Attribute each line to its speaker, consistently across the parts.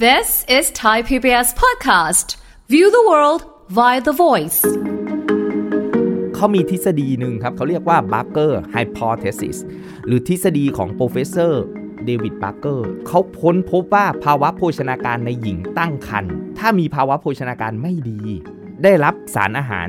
Speaker 1: This is Thai PBS podcast. View the world via the voice.
Speaker 2: เขามีทฤษฎีหนึ่งครับ เขาเรียกว่า Barker Hypothesis หรือทฤษฎีของ Professor เดวิด บาร์เกอร์ เขาค้นพบว่าภาวะโภชนาการในหญิงตั้งครรภ์ถ้ามีภาวะโภชนาการไม่ดี ได้รับสารอาหาร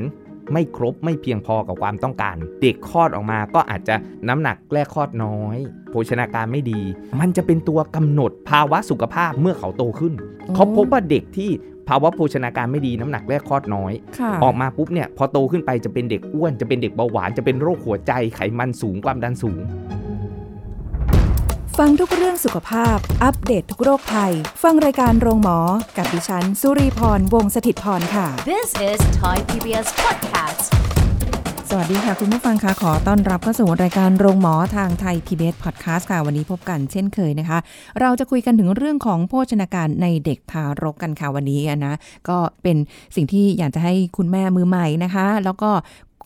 Speaker 2: ไม่ครบไม่เพียงพอกับความต้องการ เด็กคลอดออกมาก็อาจจะน้ำหนักแรกคลอดน้อย โภชนาการไม่ดี มันจะเป็นตัวกำหนดภาวะสุขภาพเมื่อเขาโตขึ้น เขาพบว่าเด็กที่ภาวะโภชนาการไม่ดีน้ำหนักแรกคลอดน้อย
Speaker 3: ค่ะ
Speaker 2: ออกมาปุ๊บเนี่ยพอโตขึ้นไปจะเป็นเด็กอ้วนจะเป็นเด็กเบาหวานจะเป็นโรคหัวใจไขมันสูงความดันสูง
Speaker 3: ฟังทุกเรื่องสุขภาพ อัปเดตททุกโรคภัย ฟังรายการโรงหมอ กับดิฉัน สุรีพร วงศิตพรค่ะ
Speaker 1: This is Thai PBS podcast.
Speaker 3: สวัสดีค่ะ คุณผู้ฟังคะขอต้อนรับเข้าสู่รายการโรงหมอทางไทย PBS Podcast ค่ะ วันนี้พบกันเช่นเคยนะคะ เราจะคุยกันถึงเรื่องของโภชนาการในเด็กทารกกันค่ะวันนี้นะ ก็เป็นสิ่งที่อยากจะให้คุณแม่มือใหม่นะคะ แล้วก็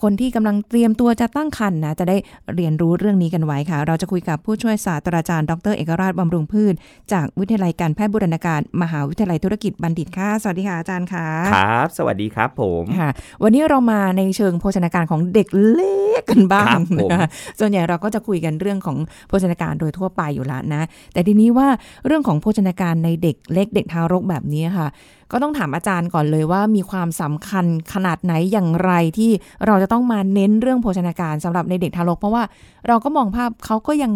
Speaker 3: คนที่กำลังเตรียมตัวจะตั้งครรภ์นะ จะได้เรียนรู้เรื่องนี้กันไว้ค่ะ เราจะคุยกับผู้ช่วยศาสตราจารย์ดรเอกราชบำรุงพืช จากวิทยาลัยการแพทย์บูรณาการ มหาวิทยาลัยธุรกิจบัณฑิตค่ะสวัสดีค่ะอาจารย์ค่ะ
Speaker 2: ครับ สวัสดีครับผม
Speaker 3: ค่ะวันนี้เรามาในเชิงโภชนาการของเด็กเล็กกันบ้า
Speaker 2: ครั
Speaker 3: ง
Speaker 2: บผม
Speaker 3: นะคะส่วนใหญ่เราก็จะคุยกันเรื่องของโภชนาการโดยทั่วไปอยู่และนะ แต่ทีนี้ว่าเรื่องของโภชนาการในเด็กเล็ก เด็กทารกแบบนี้ค่ะ ก็ต้องถามอาจารย์ก่อนเลยว่ามีความสำคัญขนาดไหนอย่างไรที่เราจะต้องมาเน้นเรื่องโภชนาการสำหรับในเด็กทารก เพราะว่าเราก็มองภาพเขาก็ยัง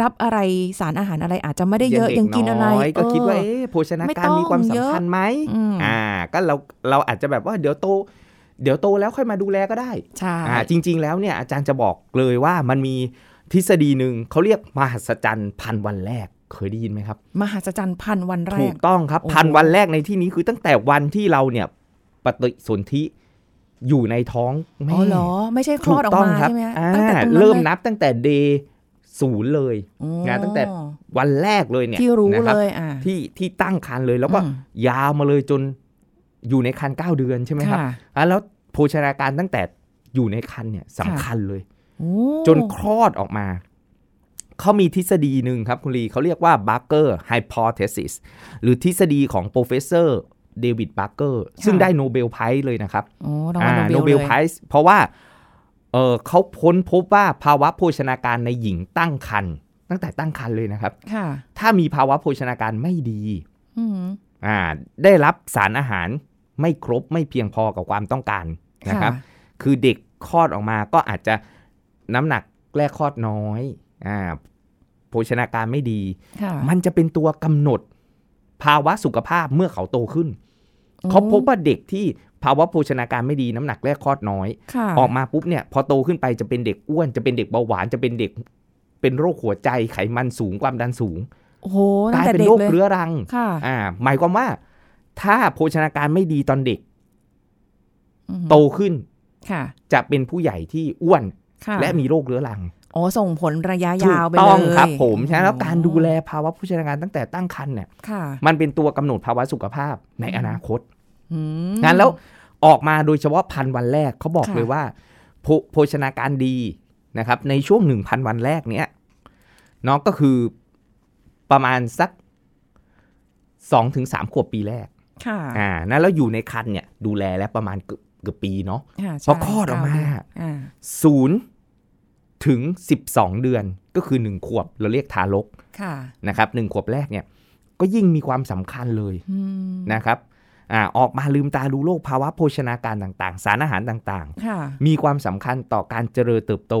Speaker 3: รับอะไรสารอาหารอะไรอาจจะไม่ได้เยอะ
Speaker 2: ด็
Speaker 3: ยังกินอะไร
Speaker 2: ยก็คิดว่า
Speaker 3: เออ
Speaker 2: เอ๊ะโภชนา
Speaker 3: ไม่
Speaker 2: การ
Speaker 3: ต้อง
Speaker 2: มีความสำคัญไหม
Speaker 3: เยอะอืม
Speaker 2: อ่า ก็เราเราอาจจะแบบว่าเดี๋ยวโต เดี๋ยวโตแล้วค่อยมาดูแลก็ได้
Speaker 3: ใช่
Speaker 2: อ่าจริง ๆ แล้วเนี่ยอาจารย์จะบอกเลยว่ามันมีทฤษฎีหนึ่งเขาเรียกมหัศจรรย์พันวันแรกเคยได้ยินไหมครับ
Speaker 3: มหัศจรรย์พันวันแร
Speaker 2: ถู
Speaker 3: ก
Speaker 2: กต้องครับ
Speaker 3: โอ้โห
Speaker 2: พันวันแรกในที่นี้คือตั้งแต่วันที่เราเนี่ยปฏิสนธิอยู่ในท้องแม่
Speaker 3: อ๋อเหรอ ไม่ใช่คลอดออกมาใช่ไหมฮะ
Speaker 2: อ่า
Speaker 3: ตั้งแต่ตงนั้น
Speaker 2: เริ่ม
Speaker 3: ลย
Speaker 2: นับตั้งแต่ day ศูนย์เลย
Speaker 3: อ๋อง
Speaker 2: านตั้งแต่ วันแรกเลยเนี่ย
Speaker 3: ที่รู้
Speaker 2: นะคบ
Speaker 3: เลยอ่า
Speaker 2: ที่ที่ตั้งครรภ์เลยแล้วก็
Speaker 3: อืม
Speaker 2: ยาวมาเลยจนอยู่ในครรภ์เก้าเดือนใช่ไหมครับ
Speaker 3: ค่ะ
Speaker 2: อ่ะแล้วโภชนาการตั้งแต่อยู่ในครรภ์เนี่ยสำคัญเลย
Speaker 3: โอ้
Speaker 2: จนคลอดออกมา เขามีทฤษฎีหนึ่งครับ คุณลีเขาเรียกว่า Barker Hypothesis หรือทฤษฎีของ professor เดวิด บาร์เกอร์ ซึ่งได้โนเบลไพรส์เลยนะครับ
Speaker 3: โอ้รางวัล
Speaker 2: อ่า
Speaker 3: โน
Speaker 2: โน
Speaker 3: เบ
Speaker 2: เบ
Speaker 3: ล
Speaker 2: ล
Speaker 3: เลย
Speaker 2: ไพรส์เพราะว่าเออเขาพ้นพบว่าภาวะโภชนาการในหญิงตั้งครรภ์ตั้งแต่ตั้งครรภ์เลยนะครับ
Speaker 3: ค่ะ
Speaker 2: ถ้ามีภาวะโภชนาการไม่ดี
Speaker 3: อืม
Speaker 2: อ่าได้รับสารอาหารไม่ครบไม่เพียงพอกับความต้องการนะครับ
Speaker 3: ค่ะ
Speaker 2: คือเด็กคลอดออกมาก็อาจจะน้ำหนักแรกคลอดน้อยอ่าโภชนาการไม่ดี
Speaker 3: ค่ะ
Speaker 2: มันจะเป็นตัวกำหนดภาวะสุขภาพเมื่อเขาโตขึ้น
Speaker 3: อืม
Speaker 2: เขาพบว่าเด็กที่ภาวะโภชนาการไม่ดีน้ำหนักแรกคลอดน้อย
Speaker 3: ค่ะ
Speaker 2: ออกมาปุ๊บเนี่ยพอโตขึ้นไปจะเป็นเด็กอ้วนจะเป็นเด็กเบาหวานจะเป็นเด็ก เป็นโรคหัวใจไขมันสูงความดันสูง
Speaker 3: โอ้โห
Speaker 2: ก
Speaker 3: ตั้
Speaker 2: ลาย
Speaker 3: งแต่
Speaker 2: เป็น
Speaker 3: เด็ก
Speaker 2: โรค
Speaker 3: เลย
Speaker 2: เรื้อรัง
Speaker 3: ค่ะ
Speaker 2: อ่าหมายความว่า ถ้าโภชนาการไม่ดีตอนเด็ก
Speaker 3: อืม
Speaker 2: โตขึ้น
Speaker 3: ค่ะ
Speaker 2: จะเป็นผู้ใหญ่ที่อ้วน
Speaker 3: ค่ะ
Speaker 2: และมีโรคเรื้อรัง
Speaker 3: อ๋อส่งผลระยะ
Speaker 2: ถู
Speaker 3: ยาก วไป
Speaker 2: ต้อง
Speaker 3: เลย
Speaker 2: ครับ ผมฉะนั้นแล้ว
Speaker 3: โอ้
Speaker 2: การดูแลภาวะโภชนาการตั้งแต่ตั้งครรภ์เนี่ย
Speaker 3: ค่ะ
Speaker 2: มันเป็นตัวกำหนดภาวะสุขภาพในอนาคต
Speaker 3: อืม
Speaker 2: งั้นแล้วออกมาโดยเฉพาะพันวันแรกเขาบอก
Speaker 3: ค่ะ
Speaker 2: เลยว่าโภโภชนาการดีนะครับ ในช่วงหนึ่งพันวันแรกเนี้ยน้องก็คือประมาณสักสองถึงสามขวบปีแรก
Speaker 3: ค่ะ
Speaker 2: อ่านะแล้วอยู่ในคันเนี่ยดูแลแล้วประมาณเกือบเกือบปีเนาะ
Speaker 3: ค่ะ
Speaker 2: พอคลอดออกมา
Speaker 3: เเดืนอ่า
Speaker 2: ศูนย์ถึงสิบสองเดือนก็คือหนึ่งขวบเราเรียกทารก
Speaker 3: ค่ะ
Speaker 2: นะครับหนึ่งขวบแรกเนี่ยก็ยิ่งมีความสำคัญเลย
Speaker 3: อืม
Speaker 2: นะครับอาออกมาลืมตาดูโลกภาวะโภชนาการต่างๆ สารอาหารต่าง
Speaker 3: ค่ะ
Speaker 2: ๆ มีความสำคัญต่อการเจริญเติบโต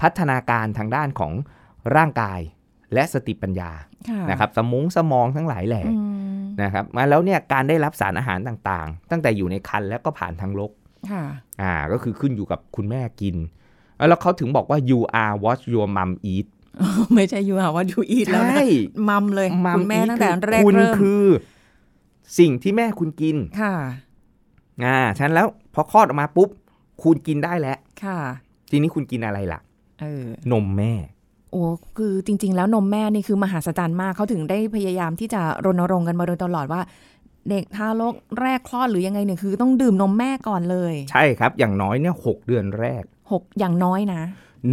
Speaker 2: พัฒนาการทางด้านของร่างกายและสติปัญญา
Speaker 3: ค่ะ
Speaker 2: นะครับสมองสมองทั้งหลายแหล่
Speaker 3: อืม
Speaker 2: นะครับมาแล้วเนี่ยการได้รับสารอาหารต่างๆ ตั้งแต่อยู่ในครรภ์แล้วก็ผ่านทางลก
Speaker 3: ค่ะ
Speaker 2: อ่าก็คือขึ้นอยู่กับคุณแม่กิน แล้วเขาถึงบอกว่า you are what your mom eat
Speaker 3: ไม่ใช่ยูหาว่ายูอีทแล้วนะ มัมเลย
Speaker 2: มั
Speaker 3: คุณแม่ตั้งแต่แรก
Speaker 2: คุณ
Speaker 3: เริ่ม
Speaker 2: คือ สิ่งที่แม่คุณกิน
Speaker 3: ค่ะ
Speaker 2: อ่าฉะนันแล้วพอคลอดออกมาปุ๊บ คุณกินได้แล้ว
Speaker 3: ค่ะ
Speaker 2: ทีนี้คุณกินอะไรล่ะ
Speaker 3: เออน
Speaker 2: มแม่
Speaker 3: โอ้คือจริง ๆ แล้วนมแม่นี่คือมหาศาลมากเขาถึงได้พยายามที่จะรณรงค์กันมาโดยตลอดว่า เด็กทารกแรกคลอดหรือยังไงเนี่ยคือต้องดื่มนมแม่ก่อนเลย
Speaker 2: ใช่ครับ อย่างน้อยเนี่ยหกเดือนแรก
Speaker 3: หกอย่างน้อยนะ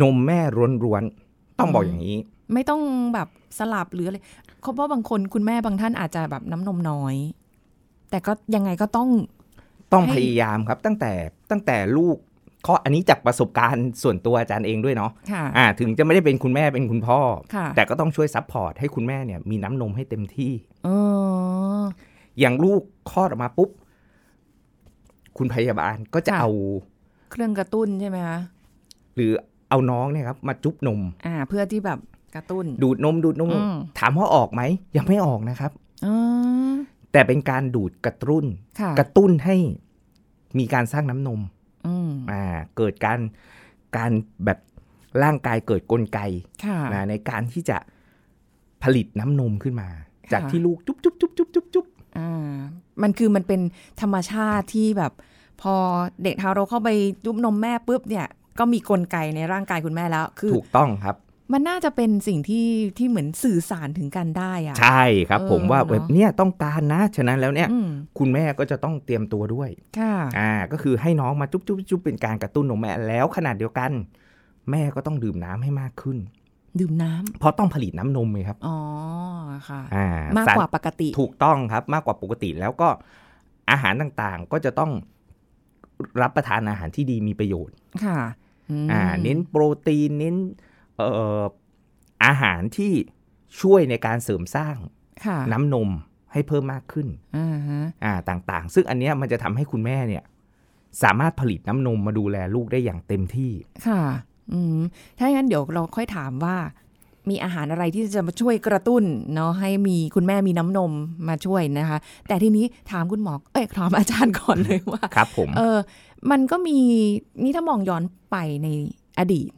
Speaker 2: นมแม่ร้วนๆ ต้องบอกอย่างนี้
Speaker 3: ไม่ต้องแบบสลับหรืออะไรเพราะว่าบางคนคุณแม่บางท่านอาจจะแบบน้ำนมน้อย แต่ก็ยังไงก็ต้อง
Speaker 2: ต้องพ
Speaker 3: ให้
Speaker 2: ยายามครับตั้งแต่ตั้งแต่ลูกข้ออันนี้จากประสบการณ์ส่วนตัวอาจารย์เองด้วยเนาะ
Speaker 3: ค่ะ
Speaker 2: อ่าถึงจะไม่ได้เป็นคุณแม่เป็นคุณพ่อ
Speaker 3: ค่ะ
Speaker 2: แต่ก็ต้องช่วยซัพพอร์ตให้คุณแม่เนี่ยมีน้ำนมให้เต็มที่
Speaker 3: เออ
Speaker 2: อย่างลูกคลอดออกมาปุ๊บ คุณพยาบาลก็จะ
Speaker 3: ค่ะ
Speaker 2: เอา
Speaker 3: เครื่องกระตุ้นใช่ไหมคะ
Speaker 2: หรือเอาน้องเนี่ยครับมาจุ๊บนม
Speaker 3: อ่า เพื่อที่แบบกระตุ้น
Speaker 2: ดูดนมดูดนม
Speaker 3: อืม
Speaker 2: ถามว่าออกไหม ยังไม่ออกนะครับ
Speaker 3: เออ
Speaker 2: แต่เป็นการดูดกระตุ้น
Speaker 3: ค่ะ
Speaker 2: กระตุ้นให้มีการสร้างน้ำนม
Speaker 3: อืม
Speaker 2: อ่าเกิดการการแบบร่างกายเกิดกลไก
Speaker 3: ค่ะ
Speaker 2: นะในการที่จะผลิตน้ำนมขึ้นมา
Speaker 3: ค่ะ
Speaker 2: จากที่ลูกจุ๊บจุ๊บจุ๊บจุ๊บจุ๊บจุ๊บ
Speaker 3: อ่า มันคือมันเป็นธรรมชาติที่แบบ พอเด็กทารกเข้าไปยุบนมแม่ปุ๊บเนี่ย ก็มีกลไกในร่างกายคุณแม่แล้ว คือ
Speaker 2: ถูกต้องครับ
Speaker 3: มันน่าจะเป็นสิ่งที่ที่เหมือนสื่อสารถึงกันได้อะ
Speaker 2: ใช่ครับ
Speaker 3: เออ
Speaker 2: ผมว่า
Speaker 3: เนอะ
Speaker 2: แบบเนี้ยต้องการนะ ฉะนั้นแล้วเนี่ย
Speaker 3: อืม
Speaker 2: คุณแม่ก็จะต้องเตรียมตัวด้วย
Speaker 3: ค่ะ
Speaker 2: อ่า ก็คือให้น้องมาจุ๊บจุ๊บจุ๊บเป็นการกระตุ้นนมแม่แล้วขนาดเดียวกัน แม่ก็ต้องดื่มน้ำให้มากขึ้น
Speaker 3: ดื่มน้ำ
Speaker 2: เพราะต้องผลิตน้ำนมเลยครับ
Speaker 3: อ๋อค่ะ
Speaker 2: อ่าม
Speaker 3: ากกว่า
Speaker 2: ส
Speaker 3: ปกติ
Speaker 2: รถูกต้องครับ มากกว่าปกติแล้วก็อาหารต่างๆ ก็จะต้องรับประทานอาหารที่ดีมีประโยชน์
Speaker 3: ค่ะม
Speaker 2: อ่า เน้นโปรตีน เน้นเอ่ออาหารที่ช่วยในการเสริมสร้าง
Speaker 3: ค่ะ
Speaker 2: น้ำนมให้เพิ่มมากขึ้น
Speaker 3: อ่าฮะ
Speaker 2: อ่า ต่างๆ ซึ่งอันเนี้ยมันจะทำให้คุณแม่เนี่ย สามารถผลิตน้ำนมมาดูแลลูกได้อย่างเต็มที่
Speaker 3: ค่ะอืมถ้าอย่างนั้นเดี๋ยวเราค่อยถามว่า มีอาหารอะไรที่จะมาช่วยกระตุ้นเนาะให้มีคุณแม่มีน้ำนมมาช่วยนะคะ แต่ทีนี้ถามคุณหมอเอ้ยถามอาจารย์ก่อนเลยว่า
Speaker 2: ครับผม
Speaker 3: เออ มันก็มีนี่ถ้ามองย้อนไปในอดีต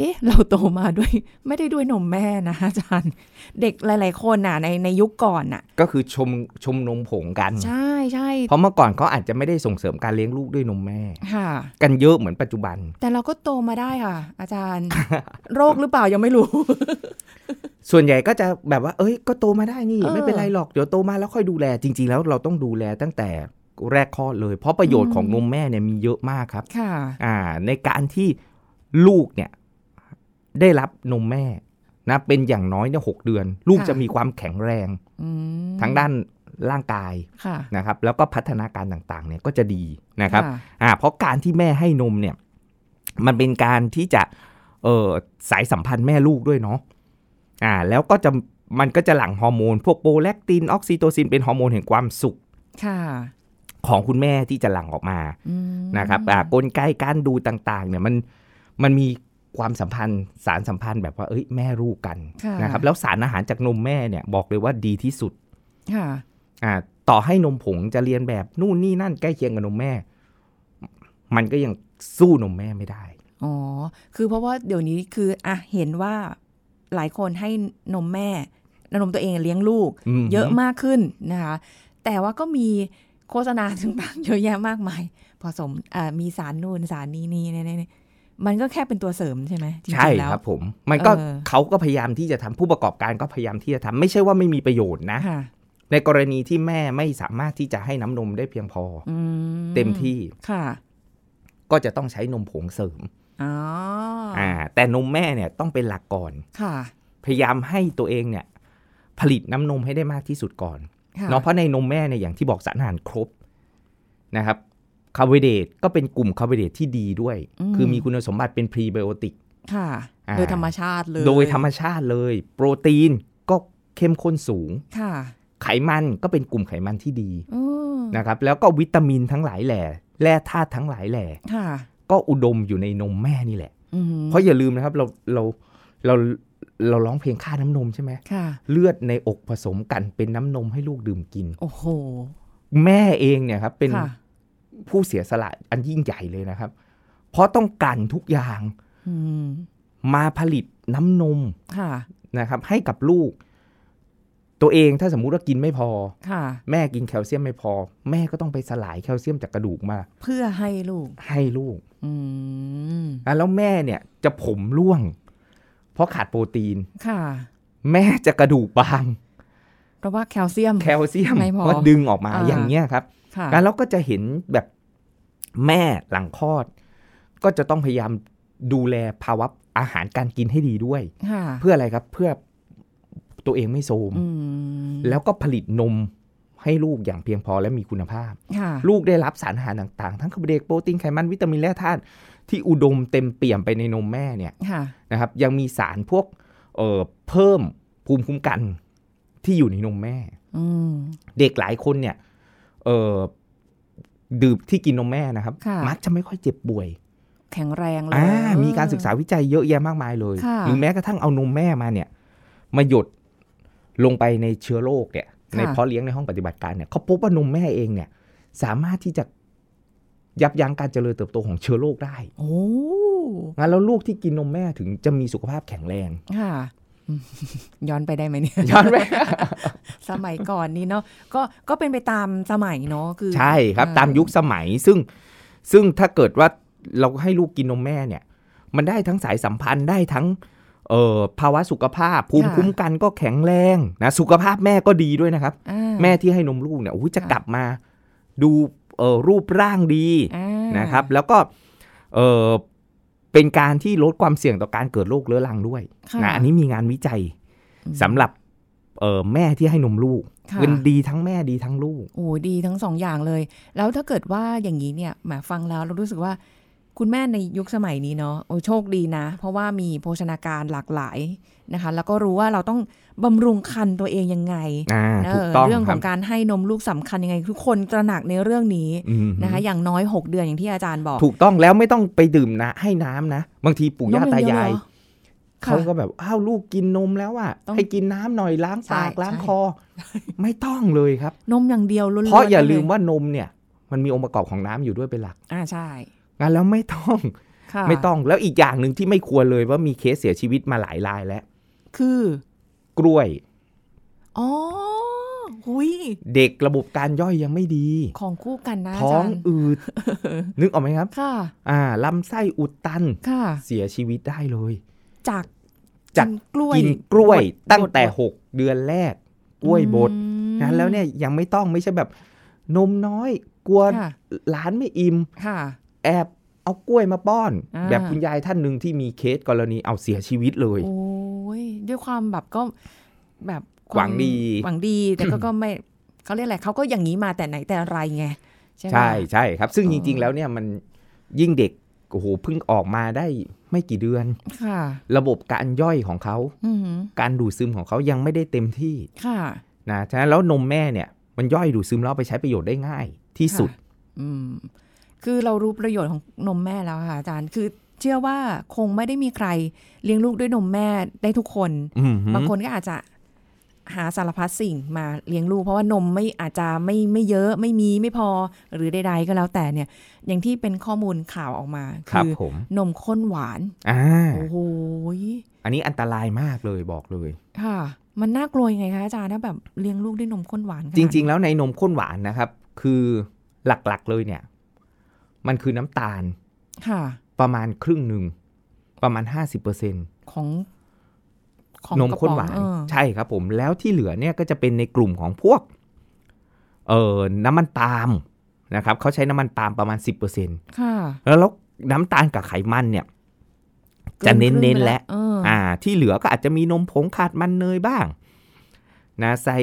Speaker 3: เอ๊ะ เราโตมาด้วย ไม่ได้ด้วยนมแม่นะ อาจารย์ เด็กหลาย ๆ คนน่ะในในยุคก่อนน่ะ
Speaker 2: ก็คือชมชมนมผงกัน
Speaker 3: ใช่ใช่
Speaker 2: เพราะเมื่อก่อนเขาอาจจะไม่ได้ส่งเสริมการเลี้ยงลูกด้วยนมแม่
Speaker 3: ค่ะ
Speaker 2: กันเยอะเหมือนปัจจุบัน
Speaker 3: แต่เราก็โตมาได้ค่ะ อาจารย์ โรคหรือเปล่ายังไม่รู้
Speaker 2: ส่วนใหญ่ก็จะแบบว่า เอ้ย ก็โตมาได้นี่
Speaker 3: เออ
Speaker 2: ไม่เป็นไรหรอก เดี๋ยวโตมาแล้วค่อยดูแล จริง ๆ แล้วเราต้องดูแลตั้งแต่แรกคลอดเลย เพราะประโยชน์
Speaker 3: อืม
Speaker 2: ของนมแม่เนี่ยมีเยอะมากครับ
Speaker 3: ค่ะ
Speaker 2: อ่า ในการที่ลูกเนี่ยได้รับนมแม่นะ เป็นอย่างน้อยเนี่ยหกเดือน ลูก
Speaker 3: ค่ะ
Speaker 2: จะมีความแข็งแรง
Speaker 3: อืม
Speaker 2: ทั้งด้านร่างกาย
Speaker 3: ค่ะ
Speaker 2: นะครับ แล้วก็พัฒนาการต่างๆ เนี่ยก็จะดีนะครับ
Speaker 3: ะ
Speaker 2: อ่าเพราะการที่แม่ให้นมเนี่ย มันเป็นการที่จะเออสายสัมพันธ์แม่ลูกด้วยเนาะอ่า แล้วก็จะมันก็จะหลั่งฮอร์โมน พวกโปรแลคตินออกซิโตซินเป็นฮอร์โมนแห่งความสุข
Speaker 3: ค่ะ
Speaker 2: ของคุณแม่ที่จะหลั่งออกมา
Speaker 3: อืม
Speaker 2: นะครับอ่ากลไกการดูต่างๆ เนี่ยมันมันมีความสัมพันธ์สารสัมพันธ์แบบว่าเอ้ยแม่ลูกกันนะครับ แล้วสารอาหารจากนมแม่เนี่ยบอกเลยว่าดีที่สุด
Speaker 3: ค่ะ
Speaker 2: อ่าต่อให้นมผงจะเรียนแบบนู่นนี่นั่นใกล้เคียงกับนมแม่ มันก็ยังสู้นมแม่ไม่ได้
Speaker 3: อ๋อ คือเพราะว่าเดี๋ยวนี้คืออ่ะเห็นว่าหลายคนให้นมแม่นมตัวเองเลี้ยงลูก
Speaker 2: ม
Speaker 3: เยอะมากขึ้นนะคะ แต่ว่าก็มีโฆษณาต่างๆ เยอะแยะมากมาย ผสมเอ่อมีสารนู่นสารนี้นี่นี่นี่นี่มันก็แค่เป็นตัวเสริมใช่ไหมจริงๆ
Speaker 2: ใช่
Speaker 3: แล้ว
Speaker 2: ครับผม มันก็
Speaker 3: เออ
Speaker 2: เขาก็พยายามที่จะทำผู้ประกอบการก็พยายามที่จะทำไม่ใช่ว่าไม่มีประโยชน์นะ
Speaker 3: ค่ะ
Speaker 2: ในกรณีที่แม่ไม่สามารถที่จะให้น้ำนมได้เพียงพออ
Speaker 3: อื
Speaker 2: เต็มที่
Speaker 3: ค่ะ
Speaker 2: ก็จะต้องใช้นมผงเสริม
Speaker 3: อ๋ออ
Speaker 2: อ่าแต่นมแม่เนี่ยต้องเป็นหลักก่อน
Speaker 3: ค่ะ
Speaker 2: พยายามให้ตัวเองเนี่ย ผลิตน้ำนมให้ได้มากที่สุดก่อน
Speaker 3: ค่
Speaker 2: เนาะเพราะในนมแม่เนี่ยอย่างที่บอกสารอาหารครบนะครับคาร์โบไฮเดรตก็เป็นกลุ่มคาร์โบไฮเดรตที่ดีด้วย คือมีคุณสมบัติเป็นพรีไบโอติก
Speaker 3: ค่ะ
Speaker 2: อ่า
Speaker 3: โดยธรรมชาติเลย
Speaker 2: โดยธรรมชาติเลย โปรตีนก็เข้มข้นสูง
Speaker 3: ค่ะ
Speaker 2: ไขมันก็เป็นกลุ่มไขมันที่ดี
Speaker 3: อืม
Speaker 2: นะครับ แล้วก็วิตามินทั้งหลายแหล่แร่ธาตุทั้งหลายแหล่
Speaker 3: ค่ะ
Speaker 2: ก็อุดมอยู่ในนมแม่นี่แหละ
Speaker 3: อืม
Speaker 2: เพราะอย่าลืมนะครับเราเราเราเราร้องเพลงค่าน้ำนมใช่ไหม
Speaker 3: ค่ะ
Speaker 2: เลือดในอกผสมกันเป็นน้ำนมให้ลูกดื่มกิน
Speaker 3: โอ้โห
Speaker 2: แม่เองเนี่ยครับเป็น
Speaker 3: ค่ะ
Speaker 2: ผู้เสียสละอันยิ่งใหญ่เลยนะครับ เพราะต้องการทุกอย่าง
Speaker 3: อืม
Speaker 2: มาผลิตน้ำนม
Speaker 3: ค่ะ
Speaker 2: นะครับให้กับลูก ตัวเองถ้าสมมุติว่ากินไม่พอ
Speaker 3: ค่ะ
Speaker 2: แม่กินแคลเซียมไม่พอ แม่ก็ต้องไปสลายแคลเซียมจากกระดูกมา
Speaker 3: เพื่อให้ลูก
Speaker 2: ให้ลูก
Speaker 3: อืม
Speaker 2: อ่ะแล้วแม่เนี่ยจะผมร่วง เพราะขาดโปรตีน
Speaker 3: ค่ะ
Speaker 2: แม่จะกระดูกบาง
Speaker 3: เพราะว่าแคลเซียม
Speaker 2: แคลเซียม
Speaker 3: ไม่พอ
Speaker 2: ก็ดึงออกมา
Speaker 3: อ่า
Speaker 2: อย่างเงี้ยครับ
Speaker 3: ค่ะ
Speaker 2: แล้วเราก็จะเห็นแบบแม่หลังคลอด ก็จะต้องพยายาม ดูแลภาวะอาหารการกินให้ดีด้วย
Speaker 3: ค่ะ
Speaker 2: เพื่ออะไรครับเพื่อตัวเองไม่โทรม
Speaker 3: อืม
Speaker 2: แล้วก็ผลิตนมให้ลูกอย่างเพียงพอและมีคุณภาพ
Speaker 3: ค่ะ
Speaker 2: ลูกได้รับสารอาหารต่างๆ ทั้งคาร์โบไฮเดรตโปรตีนไขมันวิตามินและธาตุที่อุดมเต็มเปี่ยมไปในนมแม่เนี่ย
Speaker 3: ค่ะ
Speaker 2: นะครับ ยังมีสารพวกเอ่อเพิ่มภูมิคุ้มกันที่อยู่ในนมแม่
Speaker 3: อืม
Speaker 2: เด็กหลายคนเนี่ยเอ่อดื่มที่กินนมแม่นะครับ
Speaker 3: ค่ะ
Speaker 2: มักจะไม่ค่อยเจ็บป่วย
Speaker 3: แข็งแรงเลย
Speaker 2: อ่ามีการศึกษาวิจัยเยอะแยะมากมายเลย
Speaker 3: ค่ะ
Speaker 2: หรือแม้กระทั่งเอานมแม่มาเนี่ย มาหยดลงไปในเชื้อโรคเนี่ยในเพาะเลี้ยงในห้องปฏิบัติการเนี่ยเขาพบว่านมแม่เองเนี่ย สามารถที่จะยับยั้งการเจริญเติบโตของเชื้อโรคได้
Speaker 3: โอ้
Speaker 2: งั้นแล้วลูกที่กินนมแม่ถึงจะมีสุขภาพแข็งแรง
Speaker 3: ค่ะอืมย้อนไปได้ไหมเนี่ย
Speaker 2: ย้อนไป
Speaker 3: สมัยก่อนนี่เนาะก็ก็เป็นไปตามสมัยเนาะคือ
Speaker 2: ใช่ครับ
Speaker 3: เออ
Speaker 2: ตามยุคสมัยซึ่งซึ่งถ้าเกิดว่าเราให้ลูกกินนมแม่เนี่ย มันได้ทั้งสายสัมพันธ์ได้ทั้งเอ่อภาวะสุขภาพ ภูมิคุ้มกันก็แข็งแรงนะสุขภาพแม่ก็ดีด้วยนะครับ
Speaker 3: อ่า
Speaker 2: แม่ที่ให้นมลูกเนี่ยอุ๊ยจะ
Speaker 3: ค่ะ
Speaker 2: กลับมาดูเอ่อรูปร่างดี
Speaker 3: อ่า
Speaker 2: นะครับ แล้วก็เอ่อเป็นการที่ลดความเสี่ยงต่อการเกิดโรคเรื้อรังด้วย
Speaker 3: ค่ะ
Speaker 2: นะอันนี้มีงานวิจัย
Speaker 3: อืม
Speaker 2: สำหรับเอ่อแม่ที่ให้นมลูก
Speaker 3: ค่ะ
Speaker 2: เป็นดีทั้งแม่ดีทั้งลูก
Speaker 3: โอ้ดีทั้งสองอย่างเลย แล้วถ้าเกิดว่าอย่างนี้เนี่ยแหมฟังแล้วเรารู้สึกว่า คุณแม่ในยุคสมัยนี้เนาะโอ้โชคดีนะ เพราะว่ามีโภชนาการหลากหลายนะคะ แล้วก็รู้ว่าเราต้องบำรุงคันตัวเองยังไง
Speaker 2: อ่า
Speaker 3: เอ
Speaker 2: ถูก
Speaker 3: อ
Speaker 2: ต้อง
Speaker 3: เรื่อง
Speaker 2: ค
Speaker 3: ข
Speaker 2: รั
Speaker 3: อบงการให้นมลูกสำคัญยังไง ทุกคนตระหนักในเรื่องนี้
Speaker 2: อืม
Speaker 3: นะคะ อย่างน้อย 6 เดือนอย่างที่อาจารย์บอก
Speaker 2: ถูกต้องแล้วไม่ต้องไปดื่มนะให้น้ำนะ บางทีปู่ย่าตายาย
Speaker 3: เขา
Speaker 2: เขา
Speaker 3: ก็
Speaker 2: ก็แบบอ้าวลูกกินนมแล้วอ่ะ
Speaker 3: ต้อง
Speaker 2: ให้กินน้ำหน่อยล้างปาก
Speaker 3: ใช่
Speaker 2: ล้าง
Speaker 3: ใช่
Speaker 2: ค อ ไม่ต้องเลยครับ
Speaker 3: นมอย่างเดียวล้วนๆ
Speaker 2: เพราะอย่าลืม
Speaker 3: เ
Speaker 2: ว่านมเนี่ย มันมีองค์ประกอบของน้ำอยู่ด้วยเป็นหลัก
Speaker 3: อ่าใช่
Speaker 2: งั้นแล้วไม่ต้อง
Speaker 3: ค่ะ
Speaker 2: ไม่ต้องแล้วอีกอย่างหนึ่งที่ไม่ควรเลยว่ามีเคสเสียชีวิตมาหลายรายแล้ว
Speaker 3: คือ
Speaker 2: กล้วย
Speaker 3: อ๋อหุย
Speaker 2: เด็กระบบการย่อยยังไม่ดี
Speaker 3: ของคู่กันนะอา
Speaker 2: ท้อ
Speaker 3: จาง รย์
Speaker 2: อื ด นึกออกไหมครับ
Speaker 3: ค่ะ
Speaker 2: อ่าลำไส้อุดตัน
Speaker 3: ค่ะ
Speaker 2: เสียชีวิตได้เลย
Speaker 3: จาก
Speaker 2: จาก
Speaker 3: กล้วย
Speaker 2: กินกล้วย
Speaker 3: บด
Speaker 2: ตั้งแต่
Speaker 3: บด
Speaker 2: 6 เดือนแรก กล้วยบด
Speaker 3: อืม
Speaker 2: นะแล้วเนี่ยยังไม่ต้องไม่ใช่แบบนมน้อย กลัว
Speaker 3: ค่ะ
Speaker 2: หลานไม่อิ่ม
Speaker 3: ค่ะ
Speaker 2: แอบเอากล้วยมาป้อน
Speaker 3: อ่า
Speaker 2: แบบคุณยายท่านหนึ่งที่มีเคสกรณีเอาเสียชีวิตเลย
Speaker 3: โอ้ยด้วยความแบบก็แบบค
Speaker 2: หวั
Speaker 3: วาม
Speaker 2: งดี
Speaker 3: หวังดีแต่ก็ ก็ไม่เขาเรียกอะไรเขาก็อย่างนี้มาแต่ไหนแต่ไรไงใช่ไหม
Speaker 2: ใช่ใช่ครับ ซึ่ง
Speaker 3: อ๋
Speaker 2: จ
Speaker 3: อ
Speaker 2: ริง ๆ แล้วเนี่ยมันยิ่งเด็กโอ้โหเพิ่งออกมาได้ไม่กี่เดือน
Speaker 3: ค่ะ
Speaker 2: ระบบการย่อยของเขา
Speaker 3: อือหือ
Speaker 2: การดูดซึมของเขายังไม่ได้เต็มที่
Speaker 3: ค่ะ
Speaker 2: นะฉะนั้นแล้วนมแม่เนี่ยมันย่อยดูดซึมแล้วเอาไปใช้ประโยชน์ได้ง่ายที่สุด
Speaker 3: อืมคือเรารู้ประโยชน์ของนมแม่แล้วค่ะอาจารย์คือเชื่อว่าคงไม่ได้มีใครเลี้ยงลูกด้วยนมแม่ได้ทุกคน
Speaker 2: อืมฮึ
Speaker 3: บางคนก็อาจจะหาสารพัดสิ่งมาเลี้ยงลูก เพราะว่านมไม่อาจจะไม่ไม่เยอะไม่มีไม่พอหรือใดๆก็แล้วแต่เนี่ย อย่างที่เป็นข้อมูลข่าวออกมา
Speaker 2: ครับ
Speaker 3: อ
Speaker 2: ผม
Speaker 3: นมข้นหวาน
Speaker 2: อ่า
Speaker 3: โอ้โหย
Speaker 2: อันนี้อันตรายมากเลยบอกเลย
Speaker 3: ค่ะ มันน่ากลัวยังไงคะอาจารย์ถ้าแบบเลี้ยงลูกด้วยนมข้นหวาน
Speaker 2: จริง ๆ แล้วในนมข้นหวานนะครับ คือหลักๆเลยเนี่ย มันคือน้ำตาล
Speaker 3: ๆค่ะ
Speaker 2: ประมาณครึ่งหนึ่ง ประมาณ 50%เน
Speaker 3: ของของ
Speaker 2: นมข้นหวาน
Speaker 3: กระป๋องเออ
Speaker 2: ใช่ครับผมแล้วที่เหลือเนี่ยก็จะเป็นในกลุ่มของพวกเอ่อน้ำมันปาล์มนะครับเขาใช้น้ำมันปาล์มประมาณ 10%
Speaker 3: ค่ะ
Speaker 2: แล้วแล้วน้ำตาลกับไขมันเนี่ย จะเน้นๆ
Speaker 3: กิครึ่งไป
Speaker 2: และ
Speaker 3: เอออ
Speaker 2: อ่า ที่เหลือก็อาจจะมีนมผงขาดมันเนยบ้างนะใส่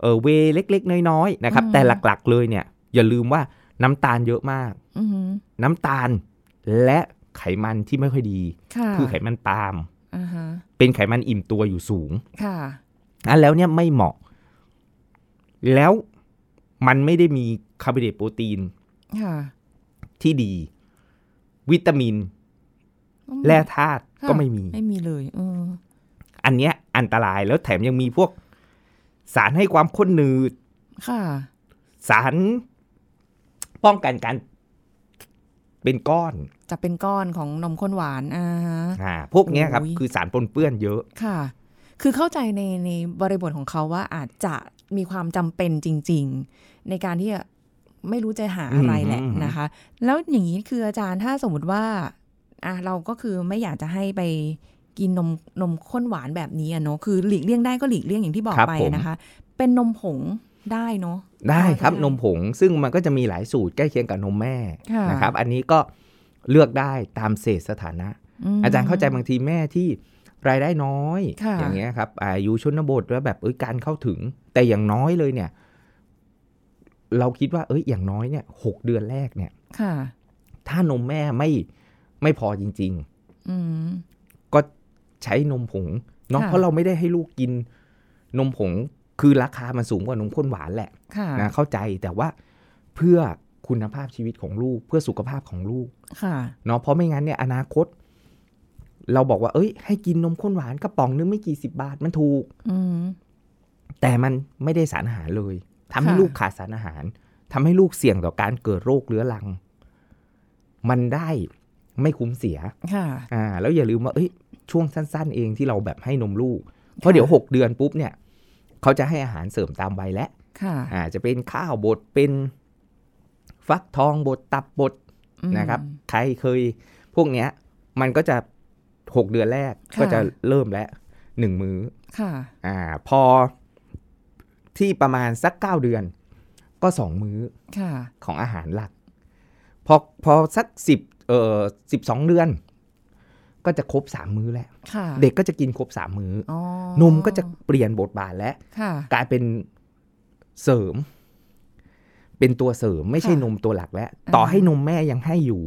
Speaker 2: เออเวย์เล็ก ๆ น้อยๆนะครับ แต่หลักๆเลยเนี่ย อย่าลืมว่าน้ำตาลเยอะมาก
Speaker 3: อือหือ
Speaker 2: น้ำตาลและไขมันที่ไม่ค่อยดี
Speaker 3: ค่ะ
Speaker 2: คือไขมันปาล์ม
Speaker 3: อ่าฮะ
Speaker 2: เป็นไขมันอิ่มตัวอยู่สูง
Speaker 3: ค่ะ
Speaker 2: อันแล้วเนี่ยไม่เหมาะ แล้วมันไม่ได้มีคาร์โบไฮเดรตโปรตีน
Speaker 3: ค่ะ
Speaker 2: ที่ดี วิตามิน แร่ธาตุ
Speaker 3: ค่ะ
Speaker 2: ก็ไม่มี
Speaker 3: ไม่มีเลยเออ
Speaker 2: อันเนี้ยอันตรายแล้วแถมยังมีพวก สารให้ความข้นหนืด
Speaker 3: ค่ะ
Speaker 2: สารป้องกันการเป็นก้อน
Speaker 3: จะเป็นก้อนของนมข้นหวานอ่าฮะ
Speaker 2: อ่าพวกเนี้ยครับ
Speaker 3: โอ้ย
Speaker 2: คือสารปนเปื้อนเยอะ
Speaker 3: ค่ะ คือเข้าใจในในบริบทของเขาว่าอาจจะมีความจำเป็นจริง ๆ ในการที่จะไม่รู้จะหาอะไรแหละ
Speaker 2: อืม
Speaker 3: นะคะ แล้วอย่างนี้คืออาจารย์ถ้าสมมติว่าอ่ะเราก็คือไม่อยากจะให้ไปกินนมนมข้นหวานแบบนี้อะเนาะคือหลีกเลี่ยงได้ก็หลีกเลี่ยงอย่างที่บอกไปนะคะ เป็นนมผงได้เนาะ
Speaker 2: ได้ครับ
Speaker 3: ได้
Speaker 2: นมผง ซึ่งมันก็จะมีหลายสูตรใกล้เคียงกับนมแม่
Speaker 3: ค่ะ
Speaker 2: นะครับ อันนี้ก็เลือกได้ตามเศษสถานะ
Speaker 3: ม
Speaker 2: อาจารย์เข้าใจบางทีแม่ที่รายได้น้อย
Speaker 3: ค่ะ
Speaker 2: อย่างเงี้ยครับอาอยุชนบทแล้วแบบเอ้ยการเข้าถึง แต่อย่างน้อยเลยเนี่ย เราคิดว่า เอ้ยอย่างน้อยเนี่ยหกเดือนแรกเนี่ย
Speaker 3: ค่ะ
Speaker 2: ถ้านมแม่ไม่ไม่พอจริง
Speaker 3: อืม
Speaker 2: ๆ ก็ใช้นมผงเนาะ
Speaker 3: ค่ะ
Speaker 2: เพราะเราไม่ได้ให้ลูกกิน นมผงคือราคามันสูงกว่านมข้นหวานแหละ
Speaker 3: ค่ะ
Speaker 2: นะเข้าใจแต่ว่าเพื่อคุณภาพชีวิตของลูก เพื่อสุขภาพของลูก
Speaker 3: ค่ะ
Speaker 2: เนาะเพราะไม่งั้นเนี่ยอนาคต เราบอกว่า เอ้ย ให้กินนมข้นหวานกระป๋องนึงไม่กี่สิบบาทมันถูก
Speaker 3: อืม
Speaker 2: แต่มันไม่ได้สารอาหารเลยทำให้
Speaker 3: ค่ะ
Speaker 2: ลูกขาดสารอาหารทำให้ลูกเสี่ยงต่อการเกิดโรคเรื้อรัง มันได้ไม่คุ้มเสีย
Speaker 3: ค่ะ
Speaker 2: อ่าแล้วอย่าลืมว่าเอ้ยช่วงสั้น ๆ เองที่เราแบบให้นมลูก เพราะเดี๋ยวหกเดือนปุ๊บเนี่ย เขาจะให้อาหารเสริมตามวัยและ
Speaker 3: ค่ะ
Speaker 2: อาจจะเป็นข้าวบดเป็นฟักทองบดตับบด
Speaker 3: อืม
Speaker 2: นะครับ ใครเคยพวกเนี้ย มันก็จะหกเดือนแรก
Speaker 3: ค่ะ
Speaker 2: ก็จะเริ่มแล้วหนึ่งมือ้อ
Speaker 3: ค่ะ
Speaker 2: อ่า พอที่ประมาณสักเก้าเดือน ก็สองมื้อ
Speaker 3: ค่ะ
Speaker 2: ของอาหารหลัก พอพอสักสิบเอ่อสิบสองเดือน ก็จะครบสามมื้อแล้ว
Speaker 3: ค่ะ
Speaker 2: เด็กก็จะกินครบสามมื้อ
Speaker 3: อ๋อน
Speaker 2: มก็จะเปลี่ยนบทบาทแล้ว
Speaker 3: ค่ะ
Speaker 2: กลายเป็นเสริม เป็นตัวเสริมไม่ใช่
Speaker 3: ค่ะ
Speaker 2: นมตัวหลักแล้ว
Speaker 3: อ่า
Speaker 2: ต่อให้นมแม่ยังให้อยู่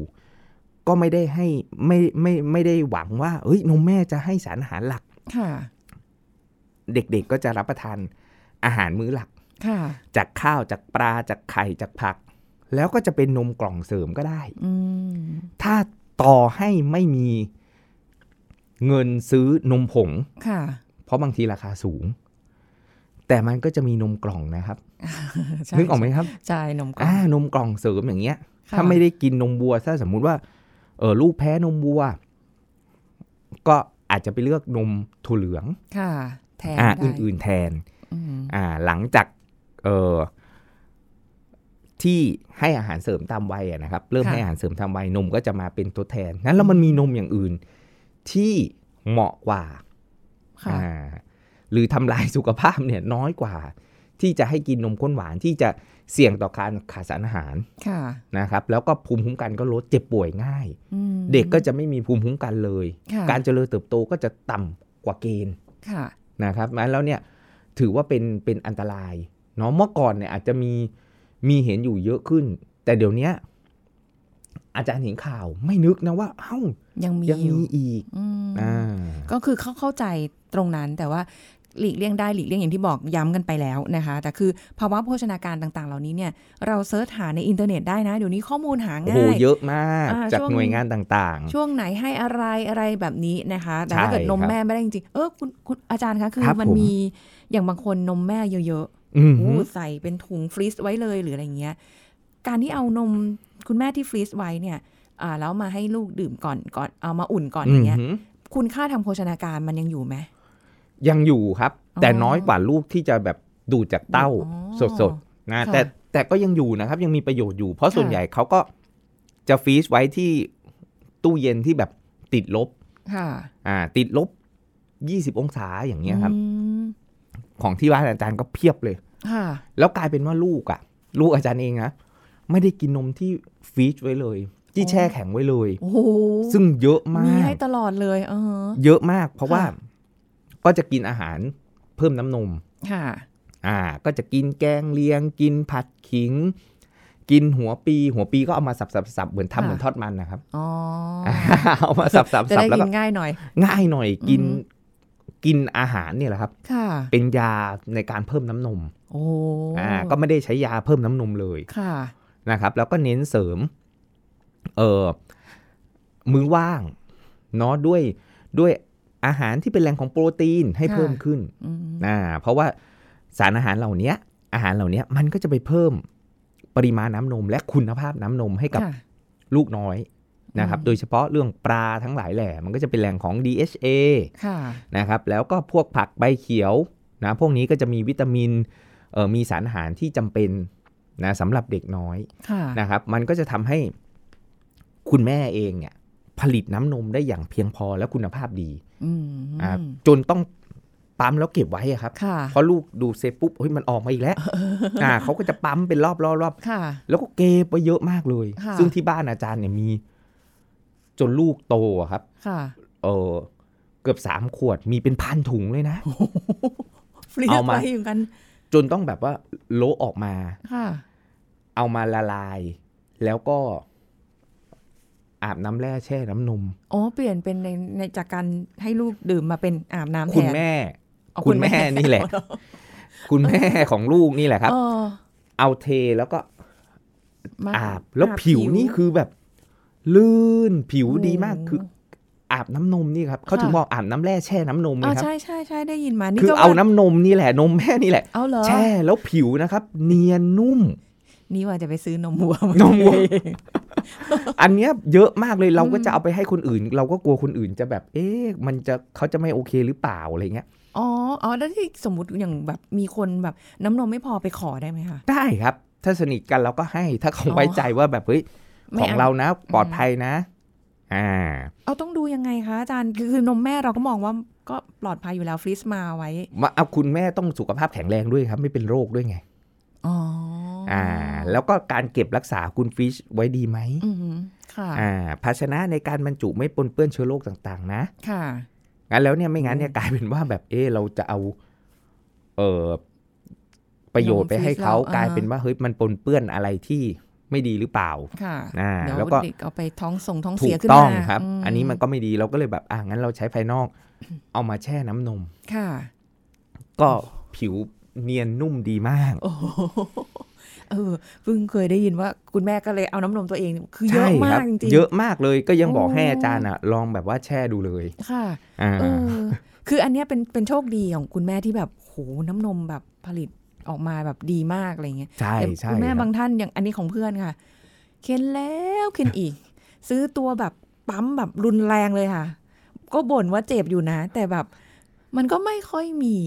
Speaker 2: ก็ไม่ได้ให้ไม่ไม่ไม่ได้หวังว่า เอ้ย นมแม่จะให้สารอาหารหลัก
Speaker 3: ค่ะ
Speaker 2: เด็กๆก็จะรับประทานอาหารมื้อหลัก
Speaker 3: ค่ะ
Speaker 2: จากข้าวจากปลาจากไข่จากผัก แล้วก็จะเป็นนมกล่องเสริมก็ได้
Speaker 3: อืม
Speaker 2: ถ้าต่อให้ไม่มีเงินซื้อนมผง
Speaker 3: ค่ะ
Speaker 2: เพราะบางทีราคาสูง แต่มันก็จะมีนมกล่องนะครับ
Speaker 3: ใช่
Speaker 2: นึกออกไหมครับ
Speaker 3: ใช่นมกล่อ
Speaker 2: อ่าง นมกล่องเสริมอย่างเงี้ย
Speaker 3: ค่ะ
Speaker 2: ถ้าไม่ได้กินนมวัว ถ้าสมมุติว่า เออลูกแพ้นมวัว ก็อาจจะไปเลือกนมถั่วเหลือง
Speaker 3: ค่ะ แทน
Speaker 2: อ่า
Speaker 3: ได้
Speaker 2: อื่น ๆ แทน
Speaker 3: อืม
Speaker 2: อ่า หลังจาก เออที่ให้อาหารเสริมตามวัยอะนะครับ เริ่ม
Speaker 3: ค่ะ
Speaker 2: ให้อาหารเสริมตามวัยนมก็จะมาเป็นตัวแทนนั้นแล้วมันมีนมอย่างอื่น ที่เหมาะกว่า
Speaker 3: ค่ะ
Speaker 2: อ่าหรือทำลายสุขภาพเนี่ยน้อยกว่า ที่จะให้กินนมข้นหวานที่จะเสี่ยงต่อการขาดสารอาหาร
Speaker 3: ค่ะ
Speaker 2: นะครับ แล้วก็ภูมิคุ้มกันก็ลดเจ็บป่วยง่าย
Speaker 3: อืม
Speaker 2: เด็กก็จะไม่มีภูมิคุ้มกันเลย
Speaker 3: ค่ะ
Speaker 2: การเจริญเติบโตก็จะต่ำกว่าเกณฑ์
Speaker 3: ค่ะ
Speaker 2: นะครับงั้นแล้วเนี่ยถือว่าเป็นเป็นอันตรายเนาะเมื่อก่อนเนี่ยอาจจะมีมีเห็นอยู่เยอะขึ้น แต่เดี๋ยวเนี้ยอาจารย์เห็นข่าวไม่นึกนะว่าเอ้า
Speaker 3: ยังมี
Speaker 2: ยัง
Speaker 3: อยู่
Speaker 2: มีอีก
Speaker 3: อืม
Speaker 2: อ่า
Speaker 3: ก็คือเขาเข้าใจตรงนั้นแต่ว่าหลีกเลี่ยงได้หลีกเลี่ยงอย่างที่บอกย้ำกันไปแล้วนะคะ แต่คือภาวะโภชนาการต่างๆ เหล่านี้เนี่ยเราเซิร์ชหาในอินเทอร์เน็ตได้นะ เดี๋ยวนี้ข้อมูลหา
Speaker 2: โอ้
Speaker 3: ง่า
Speaker 2: โห
Speaker 3: ย
Speaker 2: เยอะมาก
Speaker 3: อ่า
Speaker 2: จาก
Speaker 3: ช่วง
Speaker 2: หน่วยงานต่าง
Speaker 3: ช่วงไหนให้อะไรอะไรแบบนี้นะคะ แต่
Speaker 2: ใช่
Speaker 3: ถ้าเกิดนม
Speaker 2: ครับ
Speaker 3: แม่ไม่ได้จริงๆเออคุณคุณอาจารย์คะคือ
Speaker 2: ครับ
Speaker 3: มัน
Speaker 2: ผม
Speaker 3: มีอย่างบางคนนมแม่เยอะ
Speaker 2: ๆอื
Speaker 3: ๆ
Speaker 2: ม
Speaker 3: อู้ใส่เป็นถุงฟรีซไว้เลยหรืออะไรเงี้ยการที่เอานมคุณแม่ที่ฟรีซไว้เนี่ยอ่าแล้วมาให้ลูกดื่มก่อนก่อนเอามาอุ่นก่อนอย่างเงี้ย
Speaker 2: หื
Speaker 3: คุณค่าทางโภชนาการมันยังอยู่ไหม
Speaker 2: ยังอยู่ครับ
Speaker 3: อ๋อ
Speaker 2: แต่น้อยกว่าลูกที่จะแบบดูดจากเต้า
Speaker 3: อ๋
Speaker 2: ส
Speaker 3: อ
Speaker 2: ดๆนะ
Speaker 3: ค่ะ
Speaker 2: แต่แต่ก็ยังอยู่นะครับ ยังมีประโยชน์อยู่ เพราะส่วน
Speaker 3: ค่ะ
Speaker 2: ใหญ่เขาก็จะฟรีซไว้ที่ตู้เย็นที่แบบติดลบ
Speaker 3: ค่ะ
Speaker 2: อ่า ติดลบ 20 องศาอย่างเงี้ยครับ
Speaker 3: อืม
Speaker 2: ของที่บ้านอาจารย์ก็เพียบเลย
Speaker 3: ค่ะ
Speaker 2: แล้วกลายเป็นว่าลูกอะ่ะ ลูกอาจารย์เองนะไม่ได้กินนมที่ฟรีซไว้เลย ที่
Speaker 3: อ๋อ
Speaker 2: แช่แข็งไว้เลย
Speaker 3: โอ้โห
Speaker 2: ซึ่งเยอะมาก
Speaker 3: มีให้ตลอดเลย เออ
Speaker 2: เยอะมาก เพราะว่า
Speaker 3: ค่ะ
Speaker 2: ก็จะกินอาหารเพิ่มน้ำนม
Speaker 3: ค่ะ
Speaker 2: อ่า ก็จะกินแกงเลียง กินผัดขิง กินหัวปี หัวปีก็เอามาสับสับสับเหมือนทำ
Speaker 3: ค่ะ
Speaker 2: เหมือนทอดมันนะครับ
Speaker 3: อ๋อ
Speaker 2: เอามาสับสับ
Speaker 3: จะ
Speaker 2: สับ
Speaker 3: ได้
Speaker 2: แล้ว
Speaker 3: กิ
Speaker 2: ก็
Speaker 3: นง่ายหน่อย
Speaker 2: ง่ายหน่อยกิน
Speaker 3: อือหื
Speaker 2: กินอาหารเนี่ยแหละครับ
Speaker 3: ค่ะ
Speaker 2: เป็นยาในการเพิ่มน้ำนม
Speaker 3: โอ้โห
Speaker 2: อ่า ก็ไม่ได้ใช้ยาเพิ่มน้ำนมเลย
Speaker 3: ค่ะ
Speaker 2: นะครับ แล้วก็เน้นเสริม เอ่อมื้อว่างเนาะด้วยด้วยอาหารที่เป็นแหล่งของโปรตีนให้
Speaker 3: ค่ะ
Speaker 2: เพิ่มขึ้น
Speaker 3: อืม
Speaker 2: อ่าเพราะว่าสารอาหารเหล่าเนี้ย อาหารเหล่าเนี้ยมันก็จะไปเพิ่มปริมาณน้ำนมและคุณภาพน้ำนมให้กับ
Speaker 3: ค่ะ
Speaker 2: ลูกน้อยนะครับ
Speaker 3: อืม
Speaker 2: โดยเฉพาะเรื่องปลาทั้งหลายแหล่มันก็จะเป็นแหล่งของ DHA
Speaker 3: ค่ะ
Speaker 2: นะครับแล้วก็พวกผักใบเขียวนะพวกนี้ก็จะมีวิตามินเอ่อมีสารอาหารที่จำเป็นนะสำหรับเด็กน้อย
Speaker 3: ค่ะ
Speaker 2: นะครับมันก็จะทำให้คุณแม่เองเนี่ยผลิตน้ำนมได้อย่างเพียงพอและคุณภาพดี
Speaker 3: อืม
Speaker 2: อ่าจนต้องปั๊มแล้วเก็บไว้อะครับ
Speaker 3: ค่ะ
Speaker 2: พอลูกดูดเสร็จปุ๊บเฮ้ยมันออกมาอีกแล้ว อ่าเขาก็จะปั๊มเป็นรอบรอบรอบ
Speaker 3: ค่ะ
Speaker 2: แล้วก็เกไปเยอะมากเลย
Speaker 3: ค่ะ
Speaker 2: ซึ่งที่บ้านอาจารย์เนี่ยมี จนลูกโตอะครับ
Speaker 3: ค่ะ
Speaker 2: เออเกือบสามขวดมีเป็นพันถุงเลยนะ
Speaker 3: เรีย
Speaker 2: เอา
Speaker 3: ก
Speaker 2: มา
Speaker 3: ไปอยู่กัน
Speaker 2: จนต้องแบบว่าโละออกมา
Speaker 3: ค่ะ
Speaker 2: เอามาละลาย แล้วก็ อาบน้ำแร่แช่น้ำนม
Speaker 3: อ๋อเปลี่ยนเป็นในในจากการให้ลูกดื่มมาเป็นอาบน้ำแทน
Speaker 2: คุณแม่
Speaker 3: อ๋อ
Speaker 2: คุณแม่นี่แหละ คุณแม่ของลูกนี่แหละครับ
Speaker 3: เออ
Speaker 2: เอาเทแล้วก็
Speaker 3: มา
Speaker 2: อาบ แล้วผิวนี่คือแบบ ลื่นผิวดีมากคือ อาบน้ำนมนี่ครับเขาถึงบอกอาบน้ำแร่แช่น้ำนม
Speaker 3: อ๋
Speaker 2: เล
Speaker 3: อย
Speaker 2: ครับ
Speaker 3: ใช่ใช่ใช่ได้ยินมานี่
Speaker 2: คือ
Speaker 3: ก็
Speaker 2: เอา
Speaker 3: ว่
Speaker 2: น้ำนมนี่แหละนมแม่นี่แหละ
Speaker 3: เอาเหรอ
Speaker 2: แช่แล้วผิวนะครับ เนียนนุ่ม
Speaker 3: นี่ว่าจะไปซื้อนมวัวน
Speaker 2: ม วัว
Speaker 3: เอง
Speaker 2: อันเนี้ยเยอะมากเลยเราก็
Speaker 3: อืม
Speaker 2: จะเอาไปให้คนอื่น เราก็กลัวคนอื่นจะแบบ เอ๊ะมันจะเขาจะไม่โอเคหรือเปล่าอะไรเงี้ย
Speaker 3: อ๋ออ๋อแล้วที่สมมติอย่างแบบมีคนแบบน้ำนมไม่พอไปขอได้ไหมคะ
Speaker 2: ได้ครับ ถ้าสนิทกันเราก็ให้ถ้าเขา
Speaker 3: อ๋อ
Speaker 2: ไว้ใจว่าแบบเฮ้ย
Speaker 3: ไม่
Speaker 2: ของ
Speaker 3: เอา
Speaker 2: เรานะปลอดภัยนะ อ่า
Speaker 3: เอาต้องดูยังไงคะอาจารย์คือคือนมแม่เราก็มองว่าก็ปลอดภัยอยู่แล้วฟรีซมาไว้
Speaker 2: มาเอาคุณแม่ต้องสุขภาพแข็งแรงด้วยครับ ไม่เป็นโรคด้วยไง
Speaker 3: อ๋อ
Speaker 2: อ่า แล้วก็การเก็บรักษาคุณฟิชไว้ดีไหม
Speaker 3: อืมค่ะ
Speaker 2: อ่า ภาชนะในการบรรจุไม่ปนเปื้อนเชื้อโรคต่างๆ นะ
Speaker 3: ค่ะ
Speaker 2: งั้นแล้วเนี่ยไม่งั้นเนี่ยกลายเป็นว่าแบบเออเราจะเอาเออประโยชน์ไปให้เขา
Speaker 3: นมฟรีซเราอ่า
Speaker 2: กลายเป็นว่าเฮ้ยมันปนเปื้อนอะไรที่ไม่ดีหรือเปล่า
Speaker 3: ค่ะ
Speaker 2: อ่า
Speaker 3: เดี๋ย
Speaker 2: แล้ว วก็
Speaker 3: เด็กเอาไปท้องส่งท้อง
Speaker 2: ถู
Speaker 3: เสีย
Speaker 2: ก
Speaker 3: ขึ้น
Speaker 2: ต้อง
Speaker 3: มา
Speaker 2: ครับ
Speaker 3: ม
Speaker 2: อันนี้มันก็ไม่ดีเราก็เลยแบบอ่างั้นเราใช้ภายนอก เอามาแช่น้ำนม
Speaker 3: ค่ะ
Speaker 2: ก็ผิวเนียนนุ่มดีมาก
Speaker 3: โอ้โหเออเพิ่งเคยได้ยินว่าคุณแม่ก็เลยเอาน้ำนมตัวเองคือเยอะ
Speaker 2: ใช่
Speaker 3: มา
Speaker 2: ค
Speaker 3: ก
Speaker 2: รับ
Speaker 3: จริงๆ
Speaker 2: เยอะมากเลยก็ยังบอก
Speaker 3: โอ้
Speaker 2: ให้อาจารย์อะลองแบบว่าแช่ดูเลย
Speaker 3: ค่ะ
Speaker 2: อ่า
Speaker 3: เออคืออันเนี้ยเป็นเป็นโชคดีของคุณแม่ที่แบบโหน้ำนมแบบผลิตออกมาแบบดีมากอะไรเงี้ย
Speaker 2: ใช่
Speaker 3: แต่
Speaker 2: ใช่
Speaker 3: คุณ
Speaker 2: ครับ
Speaker 3: แม่างท่านอย่างอันนี้ของเพื่อนค่ะ เข็นแล้วเข็นอีก ซื้อตัวแบบปั๊มแบบรุนแรงเลยค่ะ ก็บ่นว่าเจ็บอยู่นะ แต่แบบมันก็ไม่ค่อยมี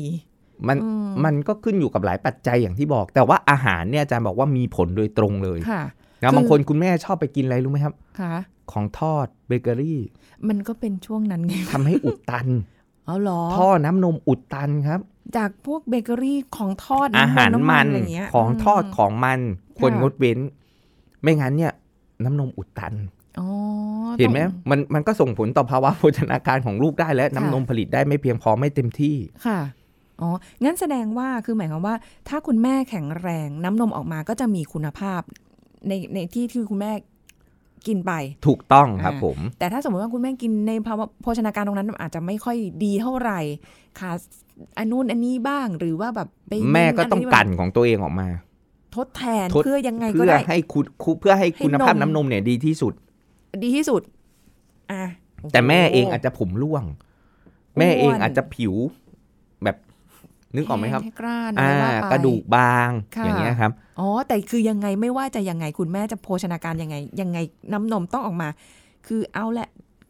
Speaker 2: มัน
Speaker 3: อืม
Speaker 2: มันก็ขึ้นอยู่กับหลายปัจจัยอย่างที่บอก แต่ว่าอาหารเนี่ยอาจารย์บอกว่ามีผลโดยตรงเลย
Speaker 3: ค่ะ
Speaker 2: นะ
Speaker 3: คือ
Speaker 2: บางคนคุณแม่ชอบไปกินอะไรรู้ไหมครับ
Speaker 3: ค่ะ
Speaker 2: ของทอดเบเกอรี่
Speaker 3: มันก็เป็นช่วงนั้นไง
Speaker 2: ทำให้อุดตัน
Speaker 3: เอาเหรอ
Speaker 2: ท่อน้ำนมอุดตันครับ จาก
Speaker 3: จากพวกเบเกอรี่ของทอด
Speaker 2: อาหาร
Speaker 3: ำ
Speaker 2: มัน
Speaker 3: อะไรเงี้ย
Speaker 2: ของทอด
Speaker 3: ม
Speaker 2: ของมันควร
Speaker 3: ค่ะ
Speaker 2: งดเว้น ไม่งั้นเนี่ย น้ำนมอุดตัน
Speaker 3: อ๋อ
Speaker 2: เห็นไหม
Speaker 3: ต้อง
Speaker 2: มันมันก็ส่งผลต่อภาวะโภชนาการของลูกได้และ
Speaker 3: ค่ะ
Speaker 2: น้ำนมผลิตได้ไม่เพียงพอไม่เต็มที่
Speaker 3: ค่ะ อ๋อ งั้นแสดงว่า คือหมายความว่า ถ้าคุณแม่แข็งแรง น้ำนมออกมาก็จะมีคุณภาพ ใน ในที่ที่คุณแม่กินไป
Speaker 2: ถูกต้องครับ
Speaker 3: อ่า
Speaker 2: ผม
Speaker 3: แต่ถ้าสมมติว่าคุณแม่กินในภาวะโภชนาการตรงนั้นอาจจะไม่ค่อยดีเท่าไหร่ขาดอันนู้นอันนี้บ้าง หรือว่าแบบไป
Speaker 2: แม่ก็ต้อง
Speaker 3: เ
Speaker 2: กันของตัวเองออกมา
Speaker 3: ทดแทน
Speaker 2: ทด
Speaker 3: เพื่อยังไงก็
Speaker 2: เพื่อ
Speaker 3: ได้
Speaker 2: ให้คุณคุเพื่อให้คุณภาพ
Speaker 3: ให้นม
Speaker 2: น้ำนมเนี่ยดีที่สุด
Speaker 3: ดีที่สุด อ่ะโโห
Speaker 2: แต่แม่เองอาจจะผมร่วง แม่เอง
Speaker 3: อ้วน
Speaker 2: อาจจะผิวแบบนึกออกไหมครับ
Speaker 3: แห้งแกร้าน
Speaker 2: อ่า
Speaker 3: ไรว่าไป
Speaker 2: กระดูกบาง
Speaker 3: ค่ะ
Speaker 2: อย่างเงี้ยครับ
Speaker 3: อ๋อ แต่คือยังไงไม่ว่าจะยังไงคุณแม่จะโภชนาการยังไง ยังไงน้ำนมต้องออกมา คือเอาแหละ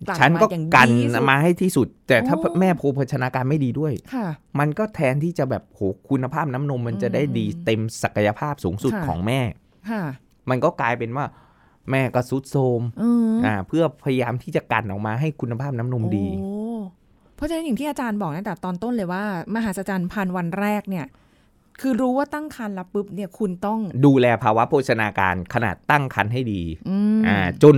Speaker 3: ลั่
Speaker 2: ฉัน
Speaker 3: มา
Speaker 2: ก็
Speaker 3: อย่าง
Speaker 2: กัน
Speaker 3: ดีที่สุด
Speaker 2: มาให้ที่สุด แต่ถ้า
Speaker 3: โอ้
Speaker 2: แม่โภชนาการไม่ดีด้วย
Speaker 3: ค่ะ
Speaker 2: มันก็แทนที่จะแบบโหคุณภาพน้ำนมมันจะได้ดี
Speaker 3: อืม
Speaker 2: เต็มศักยภาพสูงสุด
Speaker 3: ค่ะ
Speaker 2: ของแม่
Speaker 3: ค่ะ
Speaker 2: มันก็กลายเป็นว่า แม่ก็ซุดโทรม
Speaker 3: อืม
Speaker 2: อ่า เพื่อพยายามที่จะกันออกมาให้คุณภาพน้ำนมดี
Speaker 3: โอ้เพราะฉะนั้นอย่างที่อาจารย์บอกตั้งแต่ตอนต้นเลยว่า มหาสจรรย์พันวันแรกเนี่ย คือรู้ว่าตั้งครรภ์แล้วปุ๊บเนี่ยคุณต้อง
Speaker 2: ดูแลภาวะโภชนาการขนาดตั้งครรภ์ให้ดี
Speaker 3: อืม
Speaker 2: อ่า จน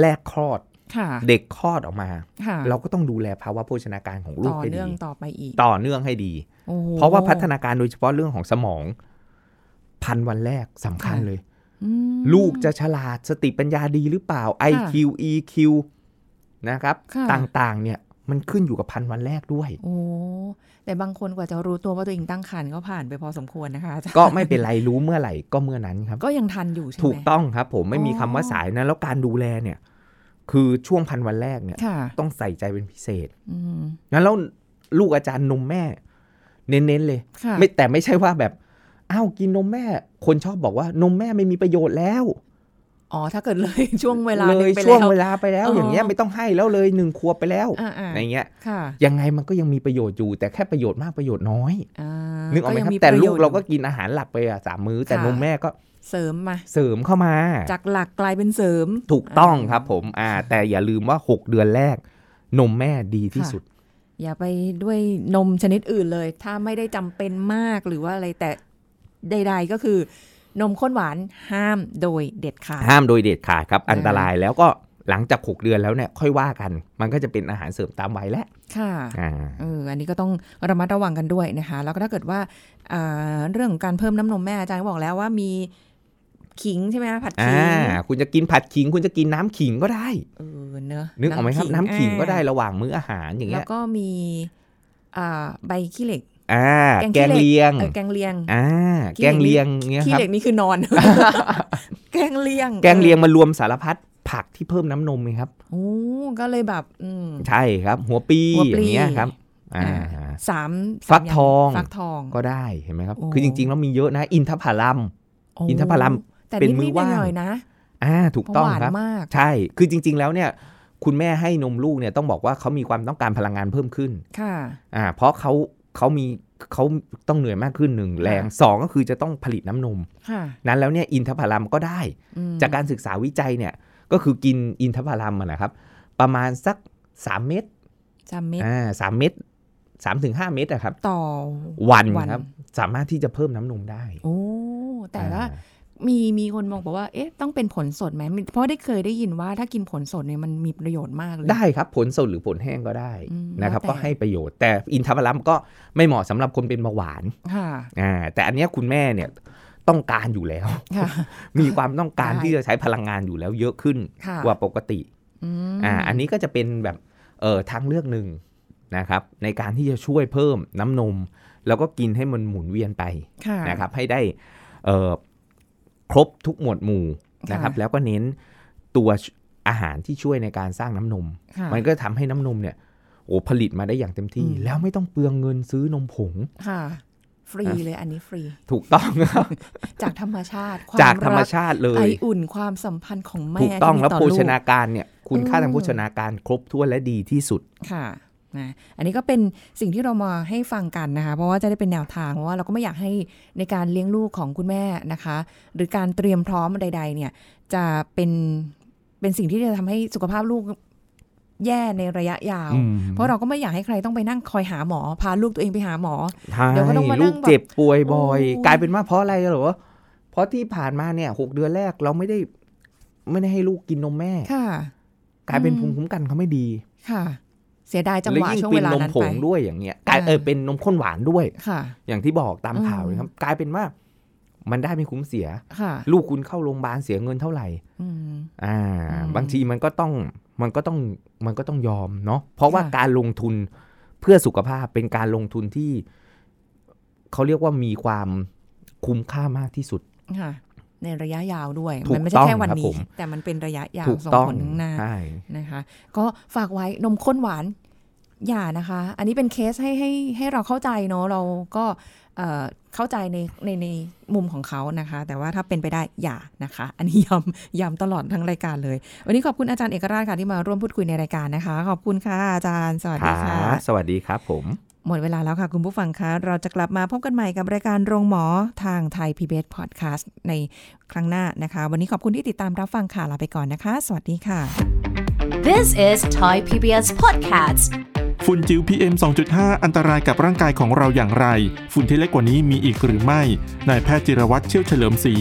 Speaker 2: แรกคลอด
Speaker 3: ค่ะ
Speaker 2: เด็กคลอดออกมา
Speaker 3: ค่ะ
Speaker 2: เราก็ต้องดูแลภาวะโภชนาการของลูก
Speaker 3: ต่อ
Speaker 2: ให้ดี
Speaker 3: เนื่องต่อไปอีก
Speaker 2: ต่อเนื่องให้ดี
Speaker 3: โอ้โห
Speaker 2: เพราะว่าพัฒนาการโดยเฉพาะเรื่องของสมอง พันวันแรกสำคัญ
Speaker 3: ค่ะ
Speaker 2: เลย
Speaker 3: อืม
Speaker 2: ลูกจะฉลาดสติปัญญาดีหรือเปล่า IQ EQ นะครับ
Speaker 3: ค่ะ
Speaker 2: ต่างๆ เนี่ยมันขึ้นอยู่กับพันวันแรกด้วย
Speaker 3: โอ้แต่บางคนกว่าจะรู้ตัวว่าตัวเองตั้งครรภ์ก็ผ่านไปพอสมควรนะคะอาจารย์
Speaker 2: ก็ไม่เป็นไรรู้เมื่อไหร่ก็เมื่อนั้นครับ
Speaker 3: ก็ยังทันอยู่ใช่ไหม
Speaker 2: ถูกต้องครับผมไม่มี
Speaker 3: อ๋อ
Speaker 2: คำว่าสายนะ แล้วการดูแลเนี่ย คือช่วงพันวันแรกเนี่ย
Speaker 3: ค่ะ
Speaker 2: ต้องใส่ใจเป็นพิเศษ
Speaker 3: อืม
Speaker 2: งั้นแล้วลูกอาจารย์นมแม่ เน้นๆเลย
Speaker 3: ค่ะ
Speaker 2: ไม่แต่ไม่ใช่ว่าแบบอ้าวกินนมแม่ คนชอบบอกว่านมแม่ไม่มีประโยชน์แล้ว
Speaker 3: อ๋อ ถ้าเกิดเลย ช่วงเวลา
Speaker 2: เลย
Speaker 3: หนึ่ไป
Speaker 2: ช่วง
Speaker 3: แล้
Speaker 2: เวลาไปแล้ว
Speaker 3: เออ
Speaker 2: อ
Speaker 3: อ
Speaker 2: ย่างเงี้ยไม่ต้องให้แล้วเลยหนึ่งครัวบไปแล้ว
Speaker 3: อ่าอ่า
Speaker 2: ในเงี้ย
Speaker 3: ค่ะ
Speaker 2: ยังไงมันก็ยังมีประโยชน์อยู่ แต่แค่ประโยชน์มากประโยชน์น้อย
Speaker 3: อ่า
Speaker 2: นึกออกไหม
Speaker 3: ยั
Speaker 2: ครั
Speaker 3: ง
Speaker 2: บ แต่
Speaker 3: ปะ
Speaker 2: ลู
Speaker 3: โย
Speaker 2: ก
Speaker 3: ชน์
Speaker 2: เราก็กินอาหารหลักไปอะสามมื้อ แต่
Speaker 3: ค่ะ
Speaker 2: นมแม่ก็
Speaker 3: เสริมมา
Speaker 2: เสริมเข้ามา
Speaker 3: จากหลักกลายเป็นเสริม
Speaker 2: ถูกต้องครับผมอ่า แต่อย่าลืมว่า 6 เดือนแรก นมแม่ดีที่
Speaker 3: ค่ะ
Speaker 2: สุด
Speaker 3: อย่าไปด้วยนมชนิดอื่นเลย ถ้าไม่ได้จำเป็นมากหรือว่าอะไรแต่ใด ๆ ก็คือ นมข้นหวานห้ามโดยเด็ดขาด
Speaker 2: ห้ามโดยเด็ดขาดครับ
Speaker 3: อ่า
Speaker 2: อันตรายแล้วก็หลังจาก 6 เดือนแล้วเนี่ยค่อยว่ากัน มันก็จะเป็นอาหารเสริมตามวัยแล้ว
Speaker 3: ค่ะ
Speaker 2: อ่า
Speaker 3: เอออันนี้ก็ต้องระมัดระวังกันด้วยนะคะ แล้วก็ถ้าเกิดว่าอ่าเรื่องของการเพิ่มน้ำนมแม่อาจารย์ก็บอกแล้วว่ามีขิงใช่ไหมคะผัด
Speaker 2: อ่า
Speaker 3: ขิง
Speaker 2: คุณจะกินผัดขิง คุณจะกินน้ำขิงก็ได้
Speaker 3: เออเนอะ
Speaker 2: นึกออกไหมครับ น้ำขิงก็ได้
Speaker 3: อ่า
Speaker 2: ระหว่างมื้ออาหารอย่าง
Speaker 3: แล้
Speaker 2: เงี้
Speaker 3: วย ก็มีอ่าใบขี้เหล็ก
Speaker 2: อ่า
Speaker 3: แก
Speaker 2: แกง
Speaker 3: งขี้หล็
Speaker 2: เลียง
Speaker 3: เออแกงเลียง
Speaker 2: อ่า
Speaker 3: ขี้
Speaker 2: แก
Speaker 3: เหล็ก
Speaker 2: งเลียงเงี้ย
Speaker 3: ขี้
Speaker 2: ครับ
Speaker 3: เหล็กนี่ คือนอน แกงเลียง
Speaker 2: แกงเลียงมารวมสารพัดผักที่เพิ่มน้ำนมไงครับ
Speaker 3: โอ้ก็เลยแบบอืม
Speaker 2: ใช่ครับ หัวปี
Speaker 3: หัวปลี
Speaker 2: อย่างเงี้ยครับ อ่า
Speaker 3: สาม
Speaker 2: ฟักทอง
Speaker 3: สามย่าฟักทอง
Speaker 2: ก็ได้เห็นไหมครับ
Speaker 3: โอ้
Speaker 2: คือจริงๆแล้วมีเยอะนะ อินทผลัม
Speaker 3: โ
Speaker 2: อินทผลัม
Speaker 3: แต่
Speaker 2: เป็นมื
Speaker 3: นิ
Speaker 2: อ
Speaker 3: ดๆห
Speaker 2: ว่าง
Speaker 3: น่อยๆนะ
Speaker 2: อ่าถูก
Speaker 3: เพราะ
Speaker 2: ต้อง
Speaker 3: หวาน
Speaker 2: ครับ
Speaker 3: มาก
Speaker 2: ใช่ คือจริง ๆ แล้วเนี่ย คุณแม่ให้นมลูกเนี่ยต้องบอกว่าเขามีความต้องการพลังงานเพิ่มขึ้น
Speaker 3: ค่ะ
Speaker 2: อ่า เพราะเขาเขามีเขาต้องเหนื่อยมากขึ้นหนึ่งแรงสองก็คือจะต้องผลิตน้ำนม
Speaker 3: ค่ะ
Speaker 2: นั้นแล้วเนี่ยอินทผลัมก็ได้
Speaker 3: อืม
Speaker 2: จากการศึกษาวิจัยเนี่ยก็คือกินอินทผลัมอะนะครับ ประมาณสัก 3 เม็ด
Speaker 3: จำเม็ด
Speaker 2: อ่าสามเม็ดสามถึงห้าเม็ดอะครับ
Speaker 3: ต่อ
Speaker 2: วัน
Speaker 3: วัน
Speaker 2: ครับ สามารถที่จะเพิ่มน้ำนมได้
Speaker 3: โอ้ แต่ว่า
Speaker 2: อ่
Speaker 3: มีมีคนมองบอกว่า เอ๊ะ ต้องเป็นผลสดไหมมันเพราะได้เคยได้ยินว่าถ้ากินผลสดเนี่ยมันมีประโยชน์มากเลย
Speaker 2: ได้ครับผลสดหรือผลแห้งก็ได้
Speaker 3: อืม
Speaker 2: นะครับ
Speaker 3: แล้วแต่
Speaker 2: ก็ให้ประโยชน์ แต่อินทผลัมก็ไม่เหมาะสำหรับคนเป็นเบาหวาน
Speaker 3: ค่ะ
Speaker 2: อ่าแต่อันเนี้ยคุณแม่เนี่ยต้องการอยู่แล้ว
Speaker 3: ค่ะ
Speaker 2: มีความต้องการ
Speaker 3: ได้
Speaker 2: ที่จะใช้พลังงานอยู่แล้วเยอะขึ้น
Speaker 3: ค่ะ
Speaker 2: กว่าปกติ
Speaker 3: ม
Speaker 2: อ่าอันนี้ก็จะเป็นแบบเออทางเลือกหนึ่งนะครับ ในการที่จะช่วยเพิ่มน้ำนม แล้วก็กินให้มันหมุนเวียนไป
Speaker 3: ค่ะ
Speaker 2: นะครับ ให้ได้เออครบทุกหมวดหมู่นะครับ
Speaker 3: ค่ะ
Speaker 2: แล้วก็เน้นตัวอาหารที่ช่วยในการสร้างน้ำนม
Speaker 3: ค่ะ
Speaker 2: มันก็ทำให้น้ำนมเนี่ยโอ้ผลิตมาได้อย่างเต็มที่
Speaker 3: อืม
Speaker 2: แล้วไม่ต้องเปลืองเงินซื้อนมผง
Speaker 3: ค่ะ ฟรีเลยอันนี้ฟรี
Speaker 2: ถูกต้องครับ
Speaker 3: จากธรรมชาติคว
Speaker 2: จากธรรมชาติเล
Speaker 3: ไอย อุ่นความสัมพันธ์ของแม่
Speaker 2: ถูกต้อง
Speaker 3: ที่มี
Speaker 2: แล้ว
Speaker 3: ต่
Speaker 2: โภ
Speaker 3: ลู
Speaker 2: ช
Speaker 3: ก
Speaker 2: นาการเนี่ยคุณค่าทาง
Speaker 3: อืม
Speaker 2: โภชนาการครบถ้วนและดีที่สุด
Speaker 3: ค่ะนะอันนี้ก็เป็นสิ่งที่เรามาให้ฟังกันนะคะ เพราะว่าจะได้เป็นแนวทางเพราะว่าเราก็ไม่อยากให้ในการเลี้ยงลูกของคุณแม่นะคะ หรือการเตรียมพร้อมใด ๆ เนี่ย จะเป็นเป็นสิ่งที่จะทำให้สุขภาพลูกแย่ในระยะยาว
Speaker 2: อืม
Speaker 3: เพราะเราก็ไม่อยากให้ใครต้องไปนั่งคอยหาหมอ พาลูกตัวเองไปหาหมอ
Speaker 2: ใช่
Speaker 3: เดี๋ยวก็ต้องมานั่
Speaker 2: ลู
Speaker 3: ง
Speaker 2: ก
Speaker 3: แบบ
Speaker 2: เจ็บป่วยบ่อย
Speaker 3: โอ้
Speaker 2: กลายเป็นว่าเพราะอะไรเหรอ เพราะที่ผ่านมาเนี่ยหกเดือนแรกเราไม่ได้ ไม่ได้ให้ลูกกินนมแม่
Speaker 3: ค่ะ
Speaker 2: กลายเป็น
Speaker 3: อืม
Speaker 2: ภูมิคุ้มกันเขาไม่ดี
Speaker 3: ค่ะ เสียดายจังห
Speaker 2: แล้ว
Speaker 3: วะ
Speaker 2: ยิ่ง
Speaker 3: ช่วง
Speaker 2: เป็
Speaker 3: เวน ลาน
Speaker 2: ม
Speaker 3: นั้น
Speaker 2: ผ
Speaker 3: ไป
Speaker 2: งด้วยอย่างเงี้ยกลายเออ
Speaker 3: อ่า
Speaker 2: เป็นนมข้นหวานด้วย
Speaker 3: ค่ะ
Speaker 2: อย่างที่บอกตาม
Speaker 3: อืม
Speaker 2: ข่าวนะครับ กลายเป็นว่ามันได้ไม่คุ้มเสีย
Speaker 3: ค่ะ
Speaker 2: ลูกคุณเข้าโรงพยาบาลเสียเงินเท่าไหร่
Speaker 3: อืม
Speaker 2: อ่า
Speaker 3: อืม
Speaker 2: บางทีมันก็ต้องมันก็ต้องมันก็ต้องยอมเนาะเพราะว่า
Speaker 3: ค่ะ
Speaker 2: การลงทุนเพื่อสุขภาพเป็นการลงทุนที่เขาเรียกว่ามีความคุ้มค่ามากที่สุด
Speaker 3: ค่ะ ในระยะยาวด้วย
Speaker 2: ถูก
Speaker 3: มันไม่ใช่แค่วัน
Speaker 2: ต้องครับ
Speaker 3: นี้
Speaker 2: ผม
Speaker 3: แต่มันเป็นระยะยาว
Speaker 2: ถูก
Speaker 3: ส่ง
Speaker 2: ต้อง
Speaker 3: ผลถึงหน้า
Speaker 2: ใช่
Speaker 3: นะคะก็ฝากไว้นมข้นหวานอย่านะคะ อันนี้เป็นเคสให้ให้ให้เราเข้าใจเนาะเราก็เอ่อเข้าใจในในในมุมของเขานะคะ แต่ว่าถ้าเป็นไปได้อย่านะคะ อันนี้ย้ำย้ำตลอดทั้งรายการเลย วันนี้ขอบคุณอาจารย์เอกราชค่ะที่มาร่วมพูดคุยในรายการนะคะ ขอบคุณค่ะอาจารย์สวัส
Speaker 2: ครั
Speaker 3: ดีค่ะ
Speaker 2: บสวัสดีครับผม
Speaker 3: หมดเวลาแล้วค่ะคุณผู้ฟังคะ เราจะกลับมาพบกันใหม่กับรายการโรงหมอทางไทย PBS Podcast ในครั้งหน้านะคะ วันนี้ขอบคุณที่ติดตามรับฟังค่ะลาไปก่อนนะคะ สวัสดีค่ะ
Speaker 1: This is Thai PBS Podcast.
Speaker 4: ฝุ่นจิ๋ว PM 2.5 อันตรายกับร่างกายของเราอย่างไร ฝุ่นที่เล็กกว่านี้มีอีกหรือไม่ นายแพทย์จิรวัตรเชี่ยวเฉลิมศรี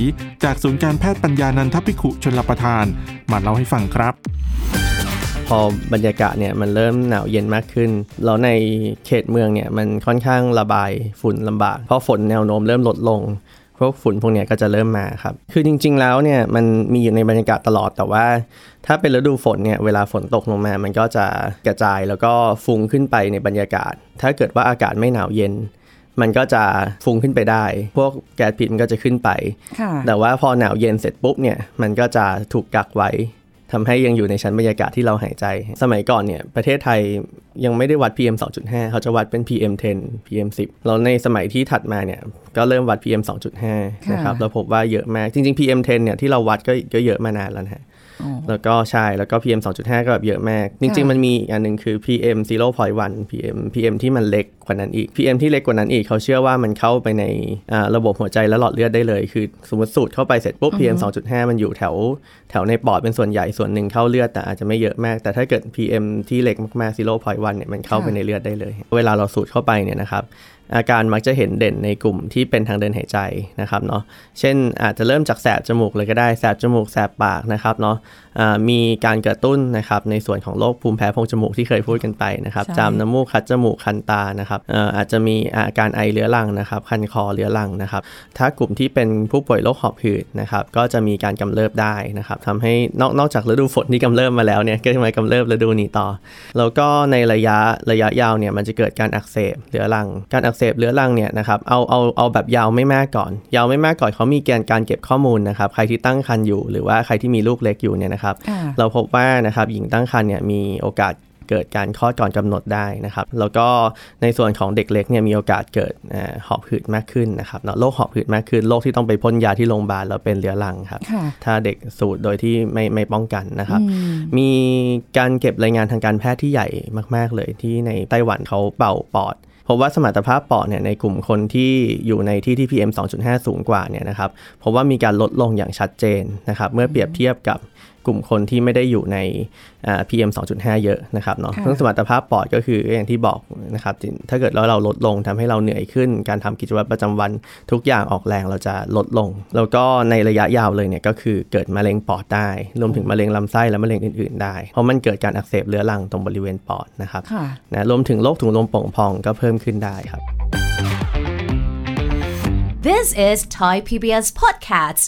Speaker 4: จากศูนย์การแพทย์ปัญญานันทพิขุชนลประทาน มาเล่าให้ฟังครับ
Speaker 5: พอบรรยากาศเนี่ยมันเริ่มหนาวเย็นมากขึ้น แล้วในเขตเมืองเนี่ยมันค่อนข้างระบายฝุ่นลำบาก เพราะฝนแนวโน้มเริ่มลดลง พวกฝุ่นพวกเนี้ยก็จะเริ่มมาครับ คือจริง ๆ แล้วเนี่ยมันมีอยู่ในบรรยากาศตลอด แต่ว่าถ้าเป็นฤดูฝนเนี่ยเวลาฝนตกลงมา มันก็จะกระจายแล้วก็ฟุ้งขึ้นไปในบรรยากาศ ถ้าเกิดว่าอากาศไม่หนาวเย็น มันก็จะฟุ้งขึ้นไปได้ พวกแก๊สพิษมันก็จะขึ้นไป
Speaker 3: ค่ะ
Speaker 5: แต่ว่าพอหนาวเย็นเสร็จปุ๊บเนี่ยมันก็จะถูกกักไว้ทำให้ยังอยู่ในชั้นบรรยากาศที่เราหายใจ สมัยก่อนเนี่ยประเทศไทยยังไม่ได้วัด PM 2.5 เขาจะวัดเป็น PM 10 PM 10แล้วในสมัยที่ถัดมาเนี่ยก็เริ่มวัด PM 2.5 นะครับ
Speaker 3: ค่ะ
Speaker 5: เราพบว่าเยอะมากจริง ๆ PM 10เนี่ยที่เราวัดก็ก็เยอะมานานแล้วนะฮะ
Speaker 3: อ๋อ
Speaker 5: แล้วก็ใช่ แล้วก็ PM 2.5 ก็แบบเยอะมาก จริง
Speaker 3: ค่ะ
Speaker 5: ๆ มันมีอีกอันหนึ่งคือ PM 0.1 PM PM ที่มันเล็กกว่านั้นอีก PM ที่เล็กกว่านั้นอีกเขาเชื่อว่ามันเข้าไปในอ่าระบบหัวใจและหลอดเลือดได้เลย คือสมมติสูดเข้าไปเสร็จปุ๊บ PM 2.5 มันอยู่แถวแถวในปอดเป็นส่วนใหญ่ส่วนหนึ่งเข้าเลือดแต่อาจจะไม่เยอะมาก แต่ถ้าเกิด PM ที่เล็กมากๆ0.1 เนี่ยมันเข้าไปในเลือดได้เลย เวลาเราสูดเข้าไปเนี่ยนะครับ อาการมักจะเห็นเด่นในกลุ่มที่เป็นทางเดินหายใจนะครับเนาะเช่นอาจจะเริ่มจากแสบจมูกเลยก็ได้แสบจมูกแสบปากนะครับเนาะอ่ามีการกระตุ้นนะครับในส่วนของโรคภูมิแพ้โพรงจมูกที่เคยพูดกันไปนะครับ
Speaker 3: ใช่
Speaker 5: จามน้ำมูกคัดจมูกคันตานะครับเอ่ออาจจะมีอาการไอเรื้อรังนะครับคันคอเรื้อรังนะครับ ถ้ากลุ่มที่เป็นผู้ป่วยโรคหอบหืดนะครับก็จะมีการกำเริบได้นะครับทำให้นอกนอกจากฤดูฝนที่กำเริบมาแล้วเนี่ยก็จะมากำเริบฤดูนี้ต่อ แล้วก็ในระยะระยะยาวเนี่ยมันจะเกิดการอักเสบเรื้อรัง การอักเสบเรื้อรังเนี่ยนะครับเอาเอาเอาแบบยาวไม่มากก่อน ยาวไม่มากก่อนเขามีแกนการเก็บข้อมูลนะครับใครที่ตั้งครรภ์อยู่หรือว่าใครที่มีลูกเล็กอยู่เนี่ยนะครับ
Speaker 3: ค่ะ
Speaker 5: เราพบว่านะครับหญิงตั้งครรภ์เนี่ยมีโอกาสเกิดการคลอดก่อนกำหนดได้นะครับ แล้วก็ในส่วนของเด็กเล็กเนี่ยมีโอกาสเกิดเอ่อหอบหืดมากขึ้นนะครับเนาะโรคหอบหืดมากขึ้นโรคที่ต้องไปพ่นยาที่โรงพยาบาลแล้วเป็นเรื้อรังครับ
Speaker 3: ค่ะ
Speaker 5: ถ้าเด็กสูดโดยที่ไม่ไม่ป้องกันนะครับ มีการเก็บรายงานทางการแพทย์ที่ใหญ่มาก ๆ เลยที่ในไต้หวันเขาเป่าปอดพบว่าสมรรถภาพปอดเนี่ยในกลุ่มคนที่อยู่ในที่ที่ PM 2.5 สูงกว่าเนี่ยนะครับพบว่ามีการลดลงอย่างชัดเจนนะครับเมื่อเปรียบเทียบกับกลุ่มคนที่ไม่ได้อยู่ในอ่า PM 2.5 เยอะนะครับเนาะ
Speaker 3: ค่ะ
Speaker 5: ซึ่งสมรรถภาพปอดก็คืออย่างที่บอกนะครับถ้าเกิดเราเราลดลงทำให้เราเหนื่อยขึ้น การทำกิจวัตรประจำวัน ทุกอย่างออกแรงเราจะลดลง แล้วก็ในระยะยาวเลยเนี่ยก็คือเกิดมะเร็งปอดได้ รวมถึงมะเร็งลำไส้และมะเร็งอื่นๆได้ เพราะมันเกิดการอักเสบเรื้อรังตรงบริเวณปอดนะครับ
Speaker 3: ค่ะ
Speaker 5: นะรวมถึงโรคถุงลมโป่งพองก็เพิ่มขึ้นได้ครับ
Speaker 1: This is Thai PBS Podcast.